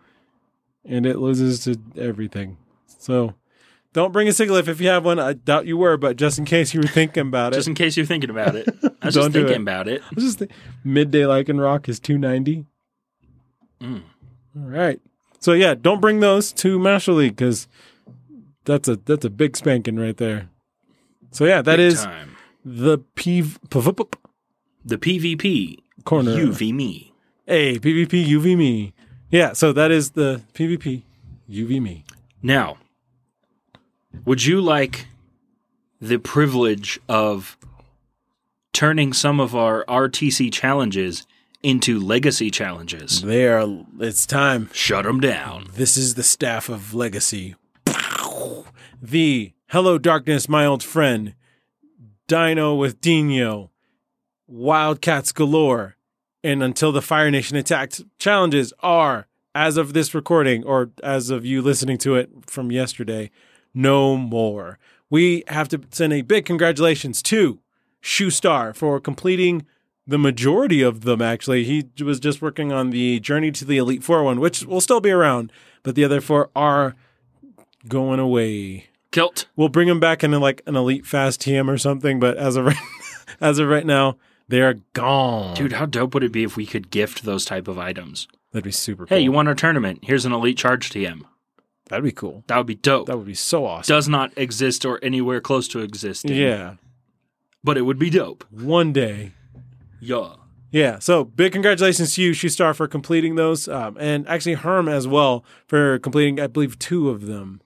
S2: And it loses to everything. So don't bring a Siglif if you have one. I doubt you were, but just in case you were thinking about it.
S1: Just in case you're thinking about it. I was
S2: Don't
S1: just
S2: do
S1: thinking
S2: it.
S1: about it.
S2: I was just think- midday lichen rock is 290.
S1: Mm.
S2: All right. So yeah, don't bring those to Master League because that's a that's a big spanking right there. So yeah, that
S1: Big
S2: is
S1: time.
S2: the PV, PV
S1: the PvP.
S2: corner.
S1: You v me.
S2: Hey, PvP UV me. Yeah, so that is the PvP UV me.
S1: Now, would you like the privilege of turning some of our RTC challenges into legacy challenges?
S2: They are. It's time.
S1: Shut them down.
S2: This is the staff of legacy. The hello darkness, my old friend. Dino with Dino. Wildcats galore. And until the Fire Nation attacked, challenges are, as of this recording or as of you listening to it from yesterday, no more. We have to send a big congratulations to Shoe Star for completing the majority of them, actually. He was just working on the Journey to the Elite Four one, which will still be around, but the other four are going away.
S1: Kilt.
S2: We'll bring them back in like an Elite Fast TM or something, but as of right, as of right now, they are gone.
S1: Dude, how dope would it be if we could gift those type of items?
S2: That'd be super cool.
S1: Hey, you won our tournament. Here's an elite charge TM.
S2: That'd be cool.
S1: That would be dope.
S2: That would be so awesome.
S1: Does not exist or anywhere close to existing.
S2: Yeah.
S1: But it would be dope.
S2: One day.
S1: Yeah.
S2: Yeah. So big congratulations to you, Shoestar, for completing those. Um, and actually Herm as well for completing, I believe, two of them.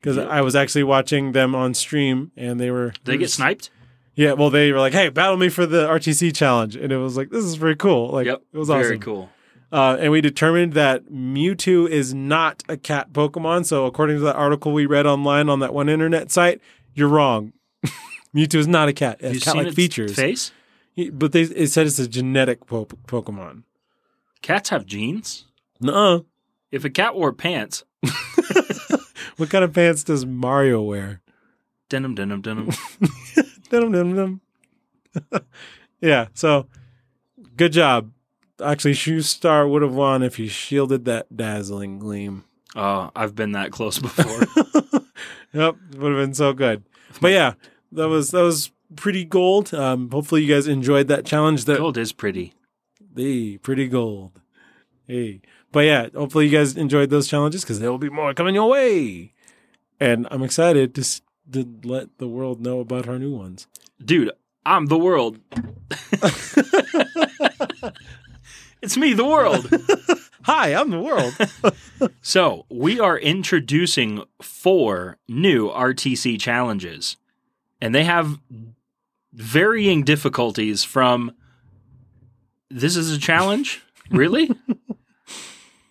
S2: Because
S1: Yeah.
S2: I was actually watching them on stream and they were
S1: They get sniped?
S2: Yeah, well they were like, Hey, battle me for the RTC challenge and it was like, This is pretty cool. Like
S1: Yep.
S2: it was awesome.
S1: Very cool.
S2: Uh, and we determined that Mewtwo is not a cat Pokemon. So, according to the article we read online on that one internet site, you're wrong. Mewtwo is not a cat. It
S1: You
S2: has cat like
S1: its
S2: features.
S1: Face?
S2: He- But they it said it's a genetic po- Pokemon.
S1: Cats have jeans?
S2: Nuh
S1: If a cat wore pants,
S2: What kind of pants does Mario wear?
S1: denim, denim, denim.
S2: Dum dum dum. yeah, so good job. Actually, Shoe Star would have won if he shielded that dazzling gleam.
S1: Uh, I've been that close before.
S2: Yep, would have been so good. But yeah, that was that was pretty gold. Um, hopefully you guys enjoyed that challenge. That
S1: Gold is pretty.
S2: Hey, pretty gold. Hey. But yeah, hopefully you guys enjoyed those challenges because there will be more coming your way. And I'm excited to, s- to let the world know about our new ones.
S1: Dude, I'm the world. it's me, the world.
S2: Hi, I'm the world.
S1: So, we are introducing four new RTC challenges, and they have varying difficulties from this is a challenge? really?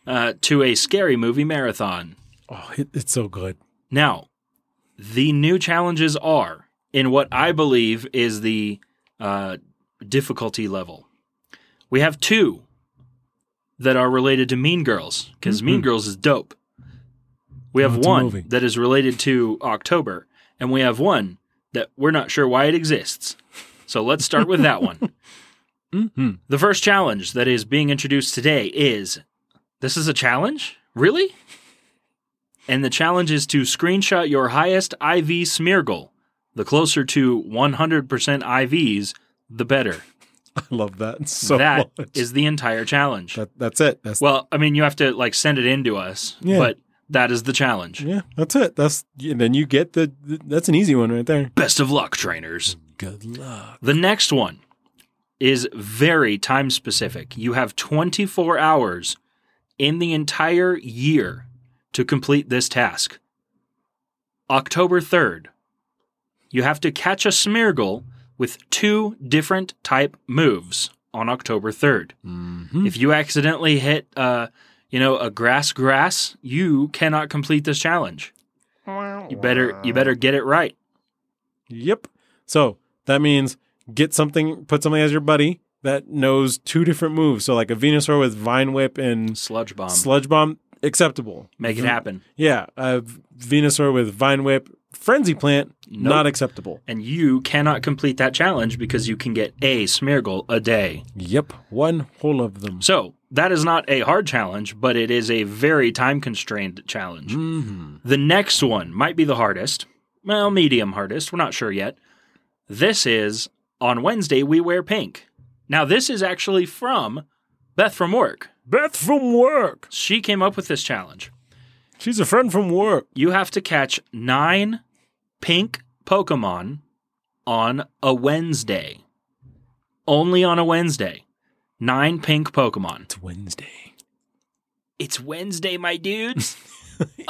S1: Uh, to a scary movie marathon.
S2: oh, it, it's so good.
S1: Now, the new challenges are in what I believe is the uh, difficulty level. We have two that are related to Mean Girls because Mean Girls is dope. We
S2: Mm-hmm. Oh,
S1: have
S2: it's a
S1: one
S2: movie.
S1: that is related to October, and we have one that we're not sure why it exists. So let's start with that one.
S2: Mm-hmm.
S1: The first challenge that is being introduced today is this is a challenge? Really? And the challenge is to screenshot your highest IV smear goal. The closer to 100% IVs, the better.
S2: I love that so
S1: That is
S2: much.
S1: the entire challenge.
S2: that, that's it. That's
S1: well, I mean, you have to like send it in to us,
S2: Yeah.
S1: but that is the challenge.
S2: yeah, that's it. That's and then you get the, the that's an easy one right there.
S1: Best of luck, trainers.
S2: Good luck.
S1: The next one is very time specific. You have 24 hours in the entire year to complete this task. October 3rd, you have to catch a Smeargle with two different type moves on October 3rd. If you accidentally hit, uh, you know, a grass grass, you cannot complete this challenge. You better you better get it right.
S2: Yep. So that means get something, put something as your buddy that knows two different moves. So like a Venusaur with Vine Whip and
S1: Sludge bomb.
S2: Sludge Bomb, acceptable.
S1: Make it happen.
S2: Yeah, a Venusaur with Vine Whip, Frenzy Plant,
S1: Nope.
S2: not acceptable.
S1: and you cannot complete that challenge because you can get a Smeargle a day.
S2: Yep, one whole of them.
S1: So that is not a hard challenge, but it is a very time constrained challenge. The next one might be the hardest. Well, medium hardest. We're not sure yet. This is on Wednesday, we wear pink. Now, this is actually from Beth from work.
S2: Beth from work.
S1: She came up with this challenge.
S2: She's a friend from work.
S1: You have to catch nine pink Pokemon on a Wednesday. Only on a Wednesday. Nine pink Pokemon.
S2: It's Wednesday.
S1: It's Wednesday, my dudes.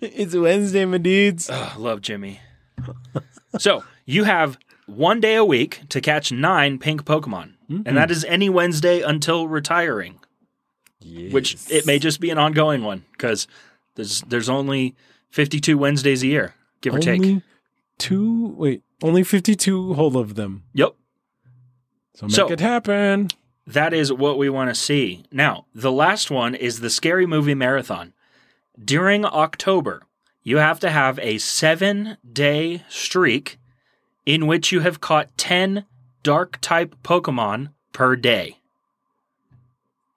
S2: it's Wednesday, my dudes.
S1: Ugh, love Jimmy. so you have one day a week to catch nine pink Pokemon, and that is any Wednesday until retiring. Which it may just be an ongoing one because there's there's only 52 Wednesdays a year, give or take.
S2: only two. Wait, only fifty-two whole of them.
S1: Yep.
S2: So make
S1: So-
S2: it happen.
S1: That is what we want to see. Now, the last one is the scary movie marathon. During October, you have to have a seven day streak in which you have caught 10 dark type Pokemon per day.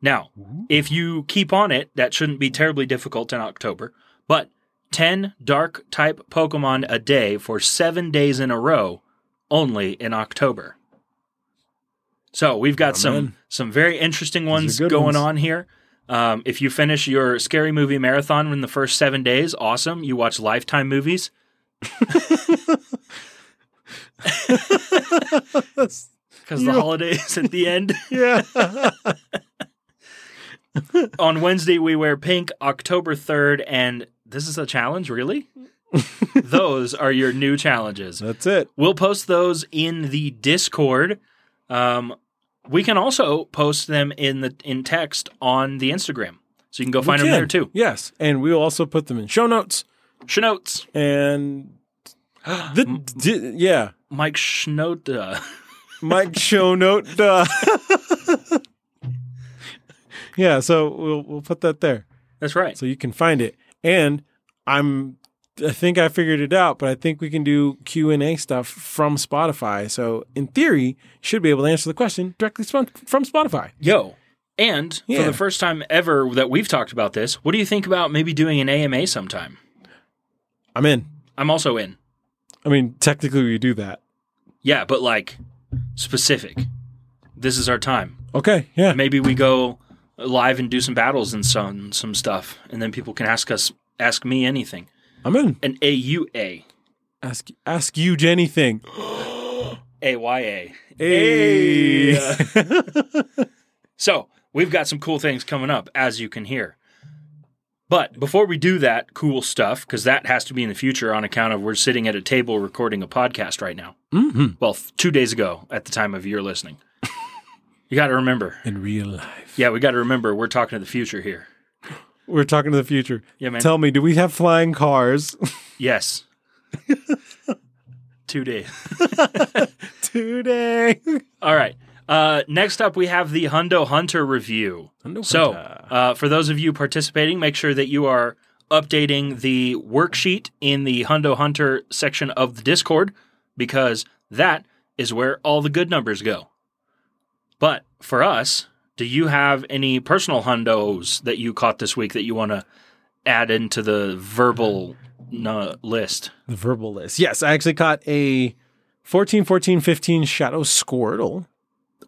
S1: Now, if you keep on it, that shouldn't be terribly difficult in October, but 10 dark type Pokemon a day for seven days in a row only in October. So we've got some
S2: Amen.
S1: some very interesting ones
S2: good
S1: going
S2: ones.
S1: on here. Um, if you finish your scary movie marathon in the first seven days, awesome. You watch Lifetime movies. because the
S2: You-
S1: holidays at the end.
S2: yeah.
S1: On Wednesday, we wear pink, October 3rd, and this is a challenge, really? those are your new challenges.
S2: That's it.
S1: We'll post those in the Discord. Um, we can also post them in the in text on the Instagram. So you can go find
S2: We
S1: them there
S2: can.
S1: too.
S2: Yes. And we'll also put them in show notes.
S1: Schnotes.
S2: And the, di- yeah,
S1: Mike Schnota.
S2: Mike show note. uh, Duh. yeah. So we'll, we'll put that there
S1: That's right.
S2: so you can find it. And I'm, I think I figured it out, but I think we can do Q and A stuff from Spotify. So in theory, you should be able to answer the question directly from, from Spotify.
S1: Yo, And for
S2: Yeah.
S1: the first time ever that we've talked about this, what do you think about maybe doing an AMA sometime?
S2: I'm in.
S1: I'm also in.
S2: I mean, technically, we do that.
S1: Yeah, but like specific. This is our time.
S2: Okay. Yeah.
S1: Maybe we go live and do some battles and some some stuff, and then people can ask us, ask me anything.
S2: I'm in.
S1: An AUA,
S2: Ask ask you anything.
S1: AYA.
S2: Hey.
S1: So we've got some cool things coming up, as you can hear. But before we do that cool stuff, because that has to be in the future on account of we're sitting at a table recording a podcast right now.
S2: hmm
S1: Well, f- two days ago at the time of you're listening. you got to remember.
S2: In real life,
S1: Yeah, we got to remember we're talking to the future here.
S2: we're talking to the future.
S1: Yeah, man.
S2: Tell me, do we have flying cars?
S1: yes. two days.
S2: today.
S1: All right. Uh, next up, we have the Hundo Hunter review.
S2: Hundo
S1: so,
S2: Hunter.
S1: uh, for those of you participating, make sure that you are updating the worksheet in the Hundo Hunter section of the Discord because that is where all the good numbers go. But for us, do you have any personal hundos that you caught this week that you want to add into the verbal uh, list?
S2: The verbal list. Yes, I actually caught a 14, 14, 15 Shadow Squirtle,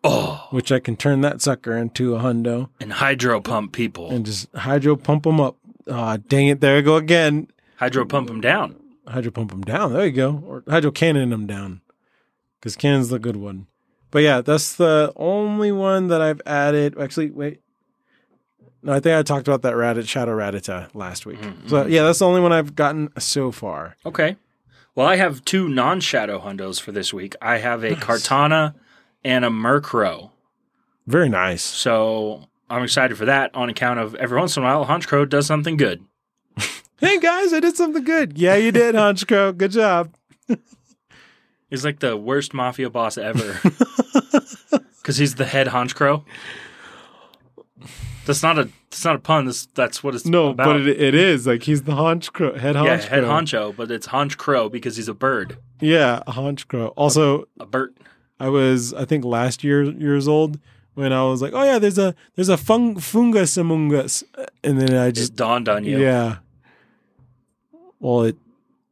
S1: Oh,
S2: which I can turn that sucker into a hundo
S1: and hydro pump people.
S2: and just hydro pump them up. Ah, dang it. There I go again.
S1: Hydro pump them down.
S2: Hydro pump them down. There you go. Or hydro cannon them down. Because cannon's the good one. But yeah, that's the only one that I've added. Actually, wait. No, I think I talked about that Radit Shadow Radita last week. So yeah, that's the only one I've gotten so far.
S1: Okay. Well, I have two non shadow hundos for this week. I have a Cartana and a Murkrow.
S2: Very nice.
S1: So I'm excited for that on account of every once in a while, a Honchcrow does something good.
S2: Hey guys, I did something good. Yeah, you did, Hunchcrow. Good job.
S1: He's like the worst mafia boss ever because he's the head Honchcrow. That's not a that's not a pun. That's that's what it's
S2: No,
S1: about.
S2: but it, it is like he's the haunch crow, head haunch
S1: yeah, head
S2: crow.
S1: honcho, but it's Honch Crow because he's a bird,
S2: Yeah, haunch crow. Also,
S1: a bird.
S2: I was I think last year years old when I was like, oh yeah, there's a there's a fung, fungus among us, and then I
S1: Just
S2: just
S1: dawned on you.
S2: yeah. Well, it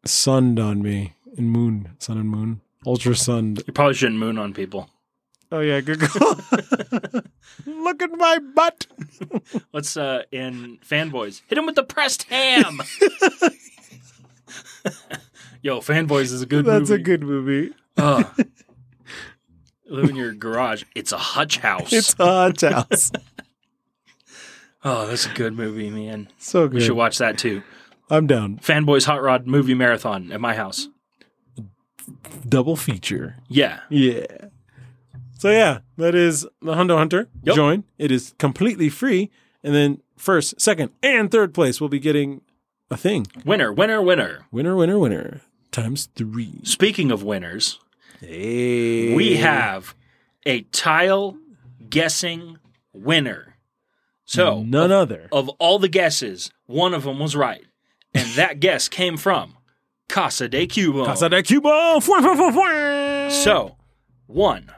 S2: sunned on me and moon, sun and moon, ultra sunned.
S1: You probably shouldn't moon on people.
S2: Oh yeah, good call. Look at my butt.
S1: Let's uh in fanboys hit him with the pressed ham. Yo, fanboys is a good.
S2: That's a
S1: movie.
S2: good movie.
S1: Ugh. Live in your garage. It's a hutch house.
S2: It's haunch house.
S1: oh, that's a good movie, man.
S2: So
S1: We
S2: good.
S1: should watch that too.
S2: I'm down.
S1: Fanboys Hot Rod movie marathon at my house.
S2: Double feature.
S1: Yeah,
S2: Yeah. So yeah, that is the Hundo Hunter.
S1: Yep.
S2: Join. It is completely free. And then first, second, and third place will be getting a thing.
S1: winner, winner, winner.
S2: Winner, winner, winner. Times three.
S1: Speaking of winners,
S2: Hey.
S1: we have a tile guessing winner. So
S2: none other.
S1: of all the guesses, one of them was right. And that guess came from Casa de Cubo.
S2: Casa de Cubo. Fwa, fwa, fwa, fwa.
S1: So, one,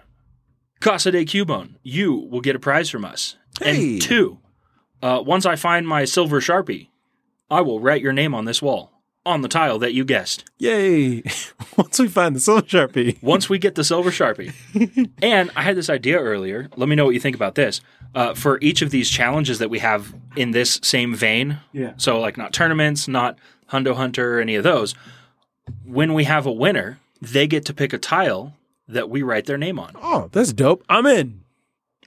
S1: Casa de Cubone, you will get a prize from us.
S2: Hey.
S1: And two, uh, once I find my silver sharpie, I will write your name on this wall, on the tile that you guessed.
S2: Yay. Once we find the silver sharpie.
S1: Once we get the silver sharpie, and I had this idea earlier. Let me know what you think about this. Uh, for each of these challenges that we have in this same vein,
S2: Yeah.
S1: so like not tournaments, not Hundo Hunter, any of those. When we have a winner, they get to pick a tile that we write their name on.
S2: Oh, that's dope. I'm in.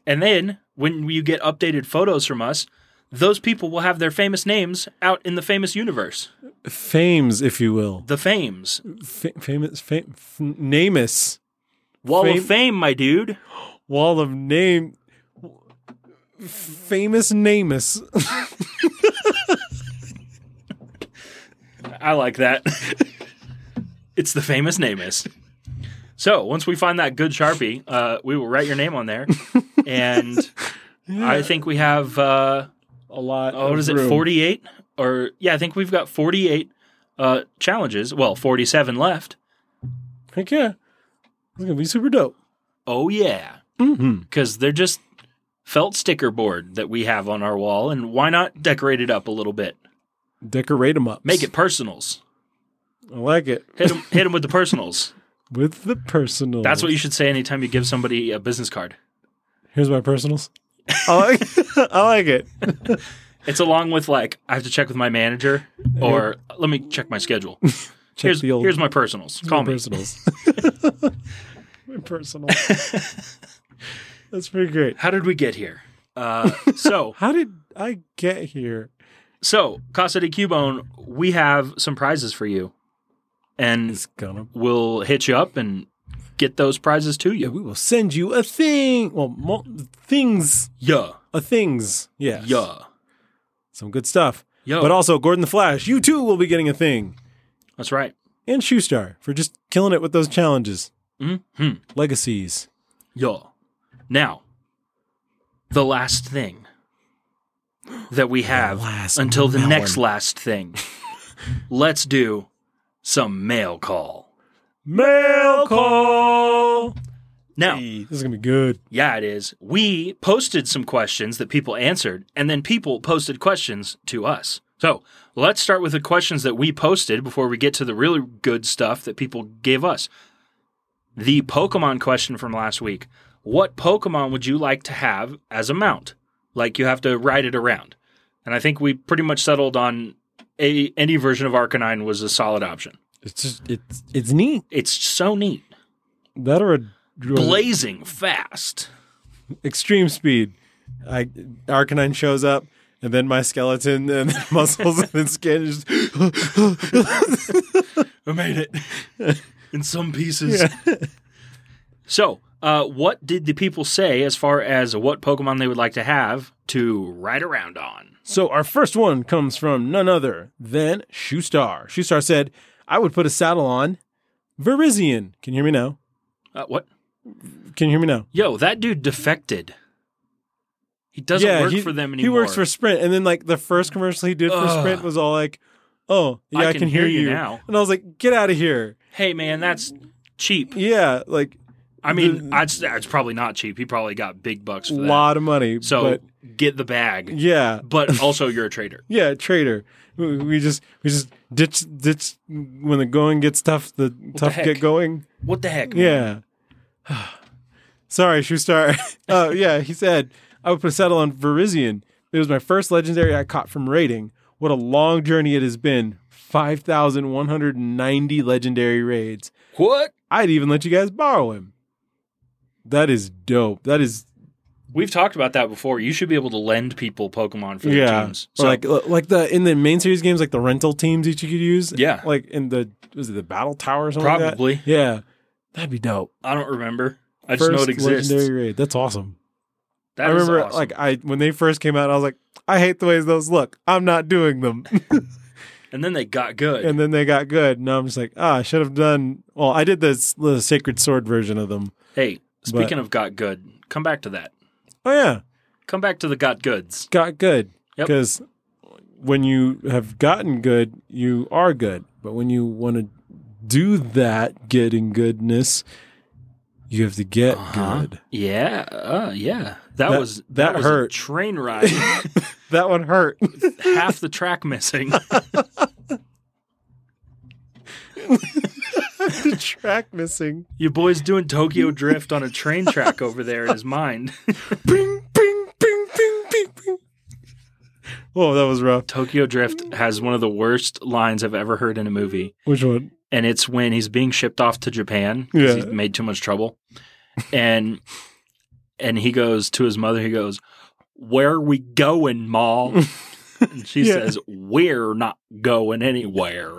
S1: And then when you get updated photos from us, those people will have their famous names out in the famous universe.
S2: Fames, if you will.
S1: The fames.
S2: Fa- famous, fam- f- namus.
S1: Wall
S2: Fame-
S1: of fame, my dude.
S2: Wall of Name. Famous Namus.
S1: I like that. it's the famous Namus. So once we find that good Sharpie, uh, we will write your name on there. and I think we have, uh,
S2: a lot.
S1: oh, what is it, 48? Or, yeah, I think we've got 48 uh, challenges. Well, 47 left.
S2: Heck yeah. It's going to be super dope.
S1: Oh, yeah.
S2: Mm-hmm.
S1: because they're just felt sticker board that we have on our wall, and why not decorate it up a little bit?
S2: Decorate them up.
S1: Make it personals.
S2: I like it.
S1: Hit them, hit them with the personals.
S2: With the personal.
S1: That's what you should say anytime you give somebody a business card.
S2: Here's my personals. I like, I like it.
S1: It's along with like I have to check with my manager, or let me check my schedule.
S2: Check
S1: here's
S2: the old
S1: here's my personals. Call me.
S2: personals. my personal. That's pretty great.
S1: How did we get here? Uh, so
S2: How did I get here?
S1: so Casa de Cubone, we have some prizes for you, and
S2: It's gonna.
S1: we'll hit you up and get those prizes to
S2: Yeah,
S1: you.
S2: we will send you a thing. Well, mo- things,
S1: Yeah,
S2: a things. Yes.
S1: yeah,
S2: Some good stuff.
S1: yeah.
S2: But also, Gordon the Flash, you too will be getting a thing.
S1: That's right.
S2: And Shoestar for just killing it with those challenges,
S1: Mm-hmm.
S2: legacies.
S1: Yeah. Now, the last thing that we have
S2: last
S1: until the
S2: melon.
S1: next last thing. Let's do some mail call.
S2: Mail call.
S1: Now,
S2: Hey, this is gonna be good.
S1: yeah, it is. We posted some questions that people answered, and then people posted questions to us. So let's start with the questions that we posted before we get to the really good stuff that people gave us. The Pokemon question from last week What Pokemon would you like to have as a mount? Like you have to ride it around. And I think we pretty much settled on a, any version of Arcanine was a solid option.
S2: It's just it's it's neat.
S1: It's so neat,
S2: That or a
S1: blazing fast.
S2: extreme speed. I Arcanine shows up, and then my skeleton and muscles and skin is just
S1: I made it in some pieces. So, uh, what did the people say as far as what Pokemon they would like to have to ride around on?
S2: So our first one comes from none other than Shoestar. Shoestar said, I would put a saddle on Verizian. Can you hear me now?
S1: Uh, what?
S2: Can you hear me now?
S1: Yo, that dude defected. He doesn't work
S2: he,
S1: for them
S2: He
S1: anymore.
S2: works for Sprint. And then like the first commercial he did for
S1: Ugh.
S2: Sprint was all like, Oh, yeah, I can, hear, you.
S1: now.
S2: And I was like, get out of here.
S1: Hey, man, that's cheap.
S2: Yeah, like
S1: I mean,
S2: The-
S1: that's that's probably not cheap. He probably got big bucks
S2: a
S1: for that.
S2: lot of money.
S1: so
S2: but
S1: get the bag,
S2: yeah.
S1: but also you're a trader.
S2: Yeah, traitor. We we just we just ditch ditch when the going gets tough, the tough
S1: heck?
S2: get going.
S1: What the heck? man?
S2: Yeah. Sorry, Shoestar. uh, yeah, he said, I would put a saddle on Verizian. It was my first legendary I caught from raiding. What a long journey it has been. 5,190 legendary raids.
S1: What?
S2: I'd even let you guys borrow him. That is dope. That is,
S1: We've talked about that before. You should be able to lend people Pokemon for their
S2: yeah.
S1: teams.
S2: Or like, like the, in the main series games, like the rental teams each you could use.
S1: Yeah.
S2: Like in the, was it the battle tower or something? like that?
S1: Probably.
S2: Yeah. That'd be dope.
S1: I don't remember. I just know it exists.
S2: legendary raid. That's awesome.
S1: That
S2: I
S1: is
S2: remember
S1: awesome.
S2: like I when they first came out, I was like, I hate the ways those look. I'm not doing them.
S1: and then they got good.
S2: and then they got good. Now I'm just like, ah, I should have done well, I did this the sacred sword version of them.
S1: hey, speaking of got good, come back to that.
S2: Oh yeah.
S1: Come back to the got goods.
S2: Got good.
S1: Yep.
S2: Because when you have gotten good, you are good. But when you want to do that getting goodness, you have to get
S1: Uh-huh.
S2: good.
S1: Yeah, uh, yeah. That,
S2: That-
S1: was that,
S2: that
S1: was a
S2: hurt.
S1: train ride.
S2: That one hurt.
S1: half the track missing.
S2: the track missing.
S1: Your boy's doing Tokyo Drift on a train track over there in his mind.
S2: Bing, bing, bing, bing, bing, bing. Oh, that was rough.
S1: Tokyo Drift has one of the worst lines I've ever heard in a movie.
S2: Which one?
S1: and it's when he's being shipped off to Japan because
S2: Yeah.
S1: he's made too much trouble. And and he goes to his mother, he goes, Where are we going, Ma? and she
S2: Yeah.
S1: says, We're not going anywhere.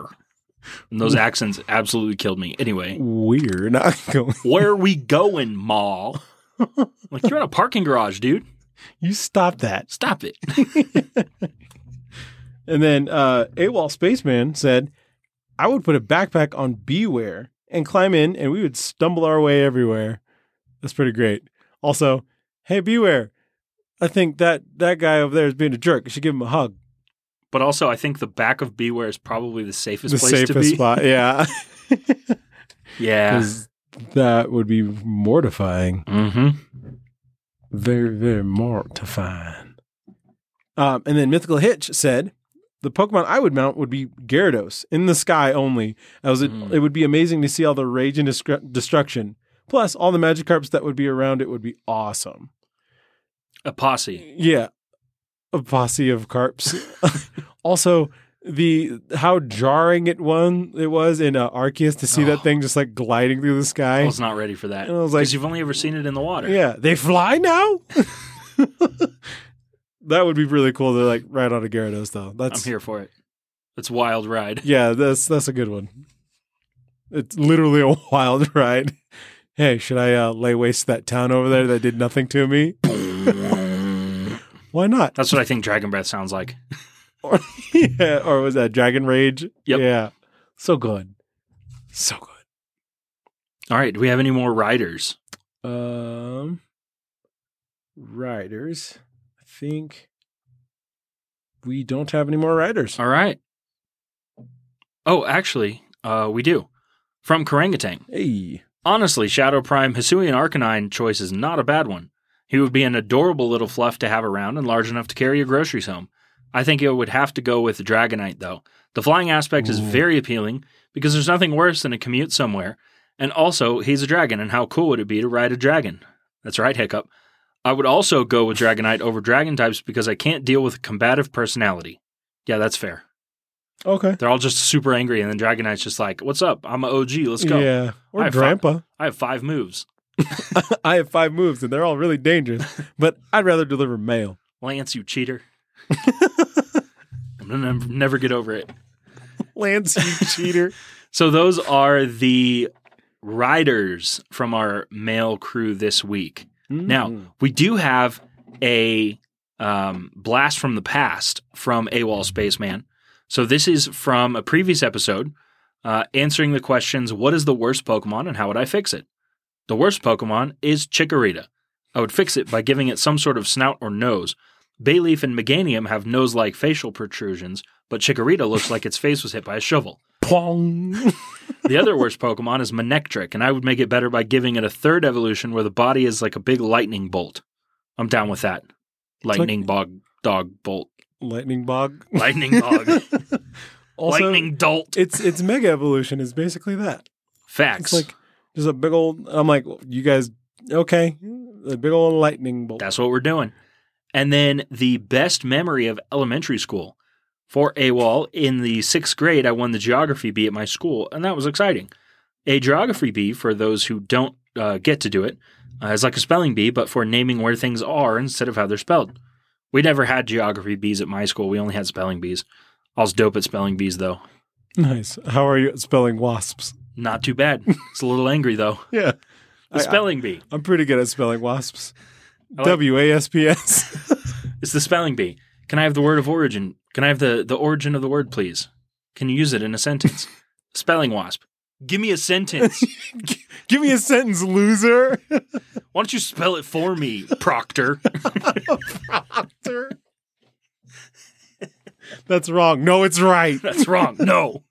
S1: And those accents absolutely killed me. Anyway,
S2: We're not going.
S1: where are we going, Ma? like you're in a parking garage, dude.
S2: You stop that.
S1: Stop it.
S2: And then uh, AWOL Spaceman said, I would put a backpack on Beware and climb in, and we would stumble our way everywhere. That's pretty great. Also, hey, Beware, I think that that guy over there is being a jerk. You should give him a hug.
S1: But also, I think the back of Beware is probably the safest
S2: the
S1: place to
S2: safest
S1: be.
S2: spot. Yeah.
S1: Yeah.
S2: 'Cause that would be mortifying.
S1: Mm-hmm.
S2: very, very mortifying. Um, and then Mythical Hitch said, the Pokemon I would mount would be Gyarados in the sky only. As it,
S1: Mm.
S2: it would be amazing to see all the rage and destru- destruction. Plus, all the Magikarps that would be around it would be awesome.
S1: A posse.
S2: Yeah, a posse of carps. also, the how jarring it one it was in uh, Arceus to see that
S1: Oh.
S2: thing just like gliding through the
S1: I
S2: sky.
S1: was not ready for that.
S2: And I was like-
S1: you've only ever seen it in the water.
S2: Yeah, they fly now. that would be really cool to like ride on a Gyarados though.
S1: I'm
S2: That's
S1: here for it. It's a wild ride.
S2: yeah, that's that's a good one. It's literally a wild ride. Hey, should I uh, lay waste to that town over there that did nothing to me?
S1: That's
S2: Why not?
S1: what I think Dragon Breath sounds like.
S2: or, yeah, or was that Dragon Rage?
S1: Yep.
S2: Yeah. So good. So good.
S1: All right. Do we have any more riders?
S2: Um Riders. I think we don't have any more riders.
S1: All right. Oh, actually, uh, we do. From Karangatang.
S2: Hey.
S1: Honestly, Shadow Prime Hisuian Arcanine choice is not a bad one. He would be an adorable little fluff to have around and large enough to carry your groceries home. I think it would have to go with Dragonite, though. The flying aspect is
S2: Ooh.
S1: very appealing because there's nothing worse than a commute somewhere. And also, he's a dragon, and how cool would it be to ride a dragon? That's right, Hiccup. I would also go with Dragonite over Dragon types because I can't deal with combative personality. Yeah, that's fair.
S2: Okay.
S1: They're all just super angry, and then Dragonite's just like, "What's up? I'm an OG. Let's go.
S2: Yeah. Or
S1: I have
S2: grandpa.
S1: I have five moves:
S2: I have five moves and they're all really dangerous, but I'd rather deliver mail.
S1: Lance, you cheater. I'm gonna nev- never get over it."
S2: Lance, you cheater.
S1: So those are the riders from our male crew this week.
S2: Mm.
S1: Now we do have a um, blast from the past from AWOL Spaceman. So this is from a previous episode, uh, answering the questions: What is the worst Pokemon, and how would I fix it? The worst Pokemon is Chikorita. I would fix it by giving it some sort of snout or nose. Bayleaf and Meganium have nose-like facial protrusions, but Chikorita looks like its face was hit by a shovel.
S2: Pong.
S1: The other worst Pokemon is Manectric, and I would make it better by giving it a third evolution where the body is like a big lightning bolt. I'm down with that.
S2: like-
S1: Lightning bog dog bolt.
S2: Lightning bog.
S1: Lightning bog.
S2: also,
S1: lightning dolt.
S2: It's it's mega evolution is basically that. It's
S1: Facts.
S2: like there's a big old. I'm like, you guys, okay? A big old lightning bolt.
S1: That's what we're doing. And then the best memory of elementary school. For AWOL, in the sixth grade, I won the geography bee at my school, and that was exciting. A geography bee, for those who don't uh, get to do it, uh, is like a spelling bee, but for naming where things are instead of how they're spelled. We never had geography bees at my school. We only had spelling bees. I was dope at spelling bees, though.
S2: nice. How are you at spelling wasps?
S1: Not too bad. it's a little angry, though.
S2: Yeah,
S1: The spelling bee.
S2: I, am pretty good at spelling wasps.
S1: I like-
S2: W A S P S.
S1: It's the spelling bee. Can I have the word of origin? Can I have the, the origin of the word, please? Can you use it in a sentence? spelling wasp. Give me a sentence.
S2: Give me a sentence, loser.
S1: Why don't you spell it for me, Proctor?
S2: Proctor. That's wrong. No, it's right.
S1: That's wrong. No,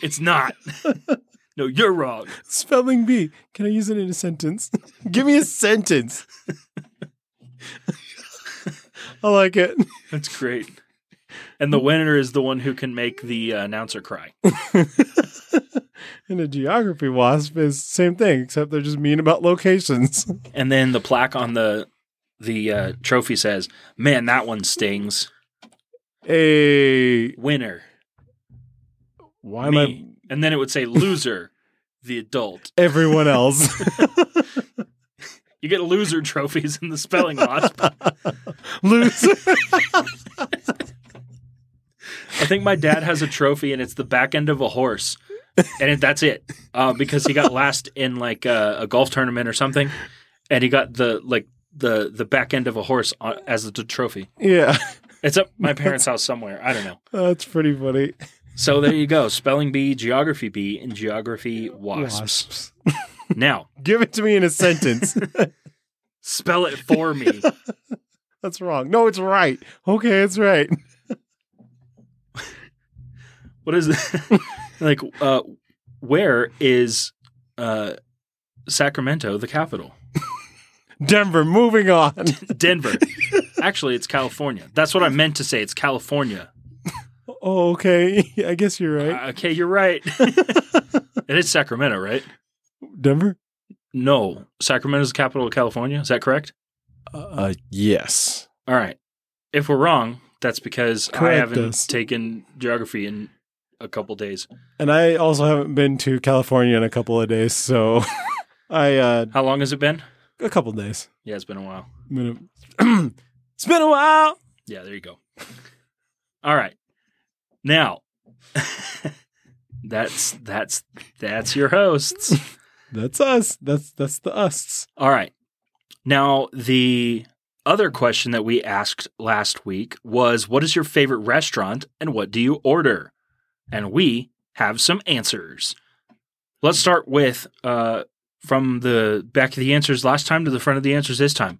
S1: it's not. No, you're wrong.
S2: Spelling bee. Can I use it in a sentence? Give me a sentence. I like it.
S1: That's great. And the winner is the one who can make the uh, announcer cry.
S2: And a geography wasp is same thing, except they're just mean about locations.
S1: And then the plaque on the the uh, trophy says, "Man, that one stings."
S2: hey,
S1: Winner,
S2: why am
S1: me. And then it would say, "Loser, the adult."
S2: I everyone else?
S1: You get loser trophies in the spelling wasp.
S2: Loser.
S1: I think my dad has a trophy, and it's the back end of a horse, and it, that's it, uh, because he got last in like uh, a, a golf tournament or something, and he got the like the the back end of a horse on, as the trophy.
S2: yeah,
S1: It's at my parents' house somewhere. I don't know.
S2: that's pretty funny.
S1: So there you go. Spelling bee, geography bee, and geography wasps.
S2: Wasps.
S1: Now
S2: Give it to me in a sentence.
S1: spell it for me.
S2: that's wrong. No, it's right. Okay, it's right.
S1: What is it? like? Uh, where is uh, Sacramento the capital?
S2: Denver, moving on.
S1: Denver. Actually, it's California. That's what I meant to say. It's California.
S2: oh, okay. I guess you're right.
S1: Uh, okay, you're right. it is Sacramento, right?
S2: Denver?
S1: No, Sacramento's the capital of California. Is that correct?
S2: Uh, yes.
S1: All right. If we're wrong, that's because I
S2: Correct
S1: haven't
S2: us.
S1: taken geography in a couple days.
S2: And I also haven't been to California in a couple of days, so I uh
S1: How long has it been?
S2: a couple of days.
S1: Yeah, it's been a while.
S2: I'm gonna- it's been a while.
S1: Yeah, there you go. All right. Now, that's that's that's your hosts.
S2: That's us. That's that's the us.
S1: All right. Now, the other question that we asked last week was what is your favorite restaurant and what do you order? And we have some answers. Let's start with uh, from the back of the answers last time to the front of the answers this time.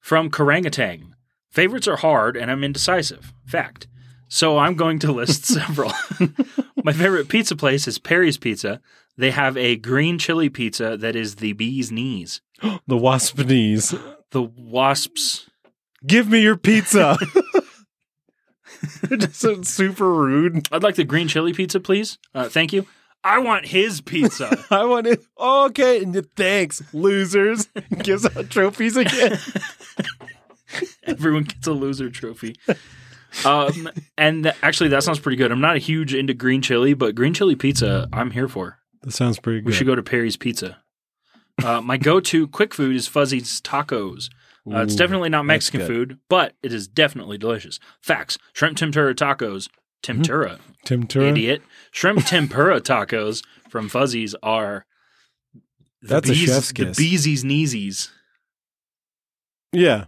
S1: From Karangatang. Favorites are hard and I'm indecisive. Fact. So I'm going to list several. My favorite pizza place is Perry's Pizza. They have a green chili pizza that is the bee's knees
S2: The wasp knees.
S1: the wasps.
S2: Give me your pizza. Just so super rude.
S1: I'd like the green chili pizza, please. Uh, thank you. I want his pizza.
S2: I want it. okay, and thanks, losers. Gives out trophies again.
S1: Everyone gets a loser trophy. Um, and th- actually, that sounds pretty good. I'm not a huge into green chili, but green chili pizza, I'm here for.
S2: That sounds pretty good.
S1: We should go to Perry's Pizza. Uh, my go-to quick food is Fuzzy's Tacos. Uh, it's
S2: Ooh,
S1: definitely not
S2: that's
S1: Mexican
S2: good.
S1: food, but it is definitely delicious. Facts: shrimp tempura tacos,
S2: Mm-hmm.
S1: tempura,
S2: Tim Turner.
S1: idiot. Shrimp tempura tacos from Fuzzies are the
S2: That's a
S1: bees-
S2: chef's
S1: the
S2: kiss.
S1: beesies kneesies.
S2: Yeah.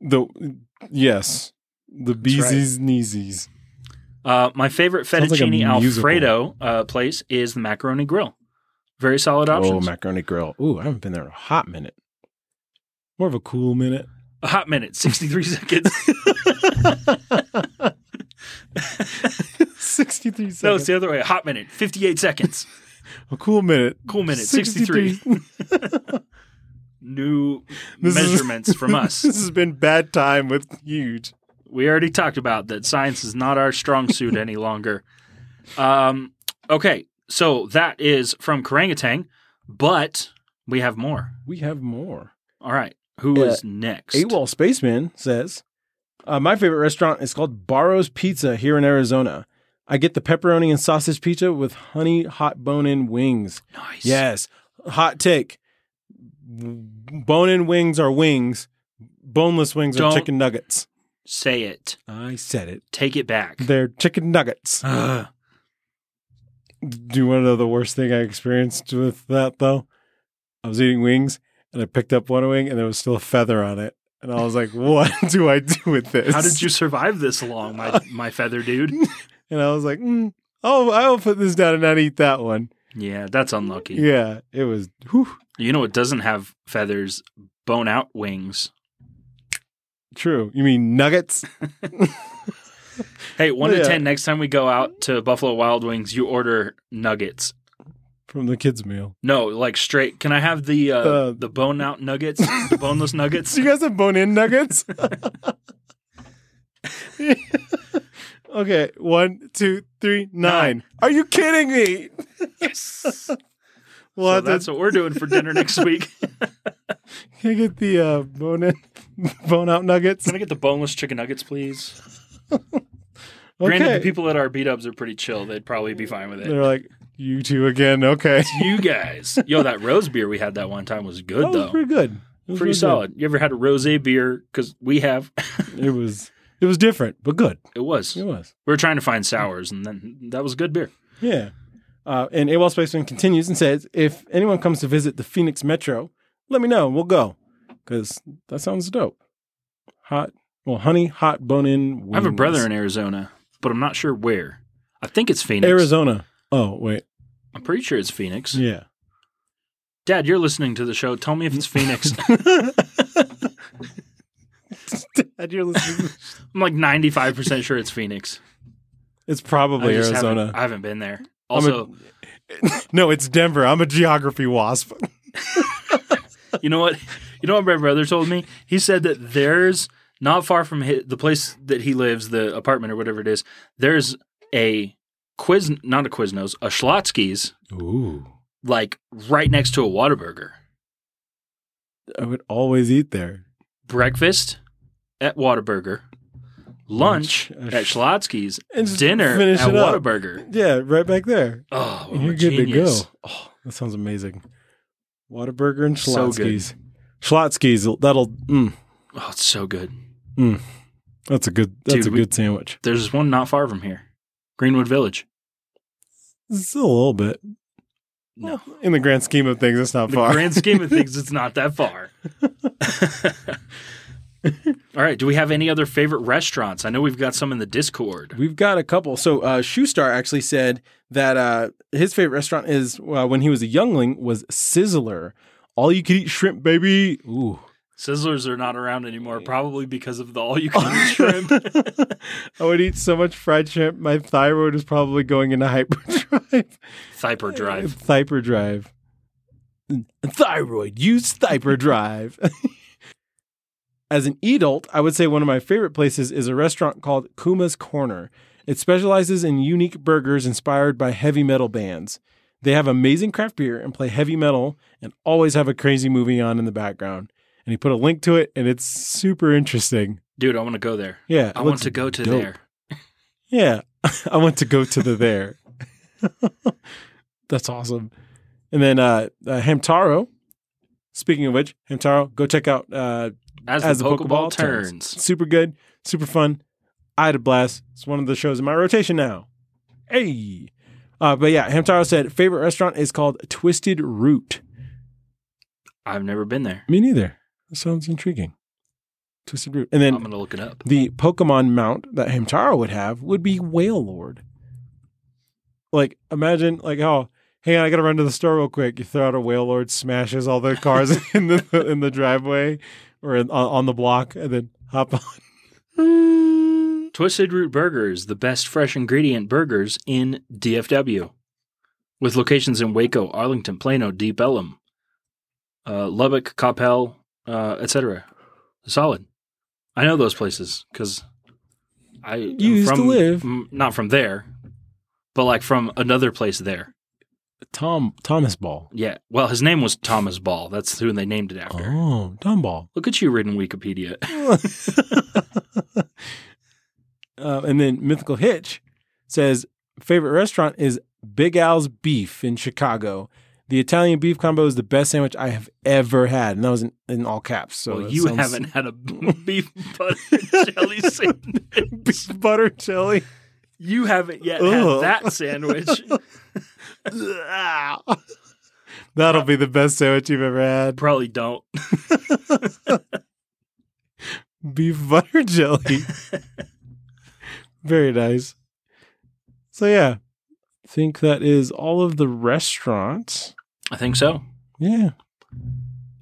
S2: The yes. The
S1: right.
S2: beesies kneesies.
S1: Uh, my favorite
S2: Sounds like a
S1: fettuccine
S2: musical.
S1: alfredo uh, place is the Macaroni Grill. Very solid
S2: Oh,
S1: options.
S2: macaroni grill. Ooh, I haven't been there in a hot minute. More of a cool minute.
S1: a hot minute, sixty three seconds.
S2: 63
S1: No, it's
S2: seconds.
S1: the other way. A hot minute, fifty eight seconds.
S2: a cool minute.
S1: Cool minute, sixty three. New
S2: This is-
S1: measurements from us.
S2: this has been bad time with huge.
S1: we already talked about that science is not our strong suit any longer. Um, okay, so that is from Karangatang, but we have more.
S2: We have more.
S1: All right, who
S2: Uh,
S1: is next?
S2: AWOL Spaceman says, uh, My favorite restaurant is called Barro's Pizza here in Arizona. I get the pepperoni and sausage pizza with honey hot bone in wings.
S1: Nice.
S2: Yes. Hot take. Bone in wings are wings. Boneless wings
S1: Don't-
S2: are chicken nuggets.
S1: Say it.
S2: I said it.
S1: Take it back.
S2: They're chicken nuggets.
S1: Ugh.
S2: Do you want to know the worst thing I experienced with that though? I was eating wings and I picked up one wing and there was still a feather on it. And I was like, what do I do with this?
S1: How did you survive this long, my my feather dude?
S2: And I was like, mm, oh, I'll put this down and not eat that one.
S1: Yeah, that's unlucky.
S2: Yeah, it was. Whew,
S1: You know it doesn't have feathers, bone out wings.
S2: true. You mean nuggets?
S1: Hey, one to
S2: Yeah.
S1: ten. Next time we go out to Buffalo Wild Wings, you order nuggets.
S2: From the kids' meal.
S1: No, like straight. Can I have the uh,
S2: Uh,
S1: the bone out nuggets, the boneless nuggets?
S2: Do you guys have bone in nuggets? okay, one, two, three, nine. Are you kidding me?
S1: Yes.
S2: Well,
S1: so
S2: have to-
S1: that's what we're doing for dinner next week.
S2: Can I get the uh, bone in, bone out nuggets?
S1: Can I get the boneless chicken nuggets, please?
S2: Okay.
S1: Granted, the people at our beat ups are pretty chill. They'd probably be fine with it.
S2: They're like, you two again. Okay.
S1: You guys, yo, that rose beer we had that one time was good
S2: That
S1: though,
S2: was pretty good. It was
S1: pretty
S2: really
S1: solid. You ever had a rose beer? Because we have.
S2: good. It was it was different, but good.
S1: It was.
S2: It
S1: We
S2: was.
S1: were trying to find sours, and then that was good beer.
S2: Yeah. Uh, and AWOL Spaceman continues and says, if anyone comes to visit the Phoenix Metro, let me know. and We'll go. Because that sounds dope. Hot, well, honey, hot bone in.
S1: I have a brother in Arizona, but I'm not sure where. I think it's Phoenix.
S2: Arizona. Oh, wait.
S1: I'm pretty sure it's Phoenix.
S2: Yeah.
S1: Dad, you're listening to the show. Tell me if it's Phoenix.
S2: Dad, you're listening.
S1: I'm like 95% sure it's Phoenix.
S2: it's
S1: I
S2: probably
S1: just haven't-
S2: Arizona.
S1: I haven't been there.
S2: I'm a-
S1: Also,
S2: no, it's Denver. I'm a geography wasp.
S1: you know what? You know what my brother told me? He said that there's not far from hi the place that he lives, the apartment or whatever it is. There's a quiz, not a Quiznos, a Schlotsky's,
S2: Ooh.
S1: like right next to a Whataburger.
S2: I would always eat there.
S1: Breakfast at Whataburger, lunch
S2: Lunch at
S1: at Schlotsky's,
S2: And just
S1: dinner
S2: finish
S1: at
S2: it up.
S1: Whataburger.
S2: Yeah, right back there.
S1: Oh,
S2: And you're good
S1: genius.
S2: to go. Oh, that sounds amazing. Whataburger and
S1: So good.
S2: Schlotsky's. Schlotsky's, that'll, mm,
S1: Oh, it's so good.
S2: that's a good, that's
S1: Dude,
S2: a
S1: we-
S2: good sandwich.
S1: There's one not far from here, Greenwood Village.
S2: Still a little bit.
S1: No.
S2: In the grand scheme of things, it's not
S1: the
S2: far.
S1: grand scheme of things, it's not that far. All right. Do we have any other favorite restaurants? I know we've got some in the Discord.
S2: We've got a couple. So uh, Shoestar actually said that uh, his favorite restaurant is uh, when he was a youngling was Sizzler. All you could eat shrimp, baby. Ooh.
S1: Sizzlers are not around anymore, probably because of the all you can eat shrimp.
S2: I would eat so much fried shrimp. My thyroid is probably going into hyperdrive.
S1: Thyper Drive.
S2: Hyperdrive. Thyroid. Use hyperdrive. As an adult, I would say one of my favorite places is a restaurant called Kuma's Corner. It specializes in unique burgers inspired by heavy metal bands. They have amazing craft beer and play heavy metal and always have a crazy movie on in the background. And he put a link to it and it's super interesting.
S1: Dude, I want to go there.
S2: Yeah.
S1: I
S2: it
S1: want
S2: looks
S1: to go to
S2: dope.
S1: there.
S2: yeah, I want to go to the there. That's awesome. And then uh, uh Hamtaro. Speaking of which, Hamtaro, go check out uh,
S1: As, the, Pokeball, turns.
S2: Super good, super fun. I had a blast. It's one of the shows in my rotation now. Hey, uh, but yeah, Hamtaro said favorite restaurant is called Twisted Root.
S1: I've never been there.
S2: Me neither. That sounds intriguing. Twisted Root, and
S1: I'm
S2: then
S1: going to look it up.
S2: the Pokemon mount that Hamtaro would have would be Whale Lord. Like, imagine, like, oh, hang on, I gotta run to the store real quick. You throw out a Whale Lord, smashes all the cars in the in the driveway or in, on, on the block, and then hop on.
S1: Twisted Root Burgers, the best fresh ingredient burgers in DFW, with locations in Waco, Arlington, Plano, Deep Ellum, uh, Lubbock, Coppell, uh, etc. Solid. I know those places because I am
S2: used to
S1: from,
S2: live.
S1: m- not from there, but like from another place there.
S2: Tom Thomas Ball.
S1: Yeah. Well, his name was Thomas Ball. That's who they named it after.
S2: Oh, Tom Ball.
S1: Look at you reading Wikipedia.
S2: uh, and then Mythical Hitch says favorite restaurant is Big Al's Beef in Chicago. The Italian beef combo is the best sandwich I have ever had, and that was in, in all caps. So
S1: well,
S2: it
S1: you
S2: sounds-
S1: haven't had a beef butter jelly sandwich.
S2: beef butter jelly.
S1: You haven't yet
S2: Ugh.
S1: had that sandwich.
S2: That'll be the best sandwich you've ever had.
S1: Probably don't.
S2: Beef butter jelly. Very nice. So yeah, I think that is all of the restaurants.
S1: I think so.
S2: Yeah.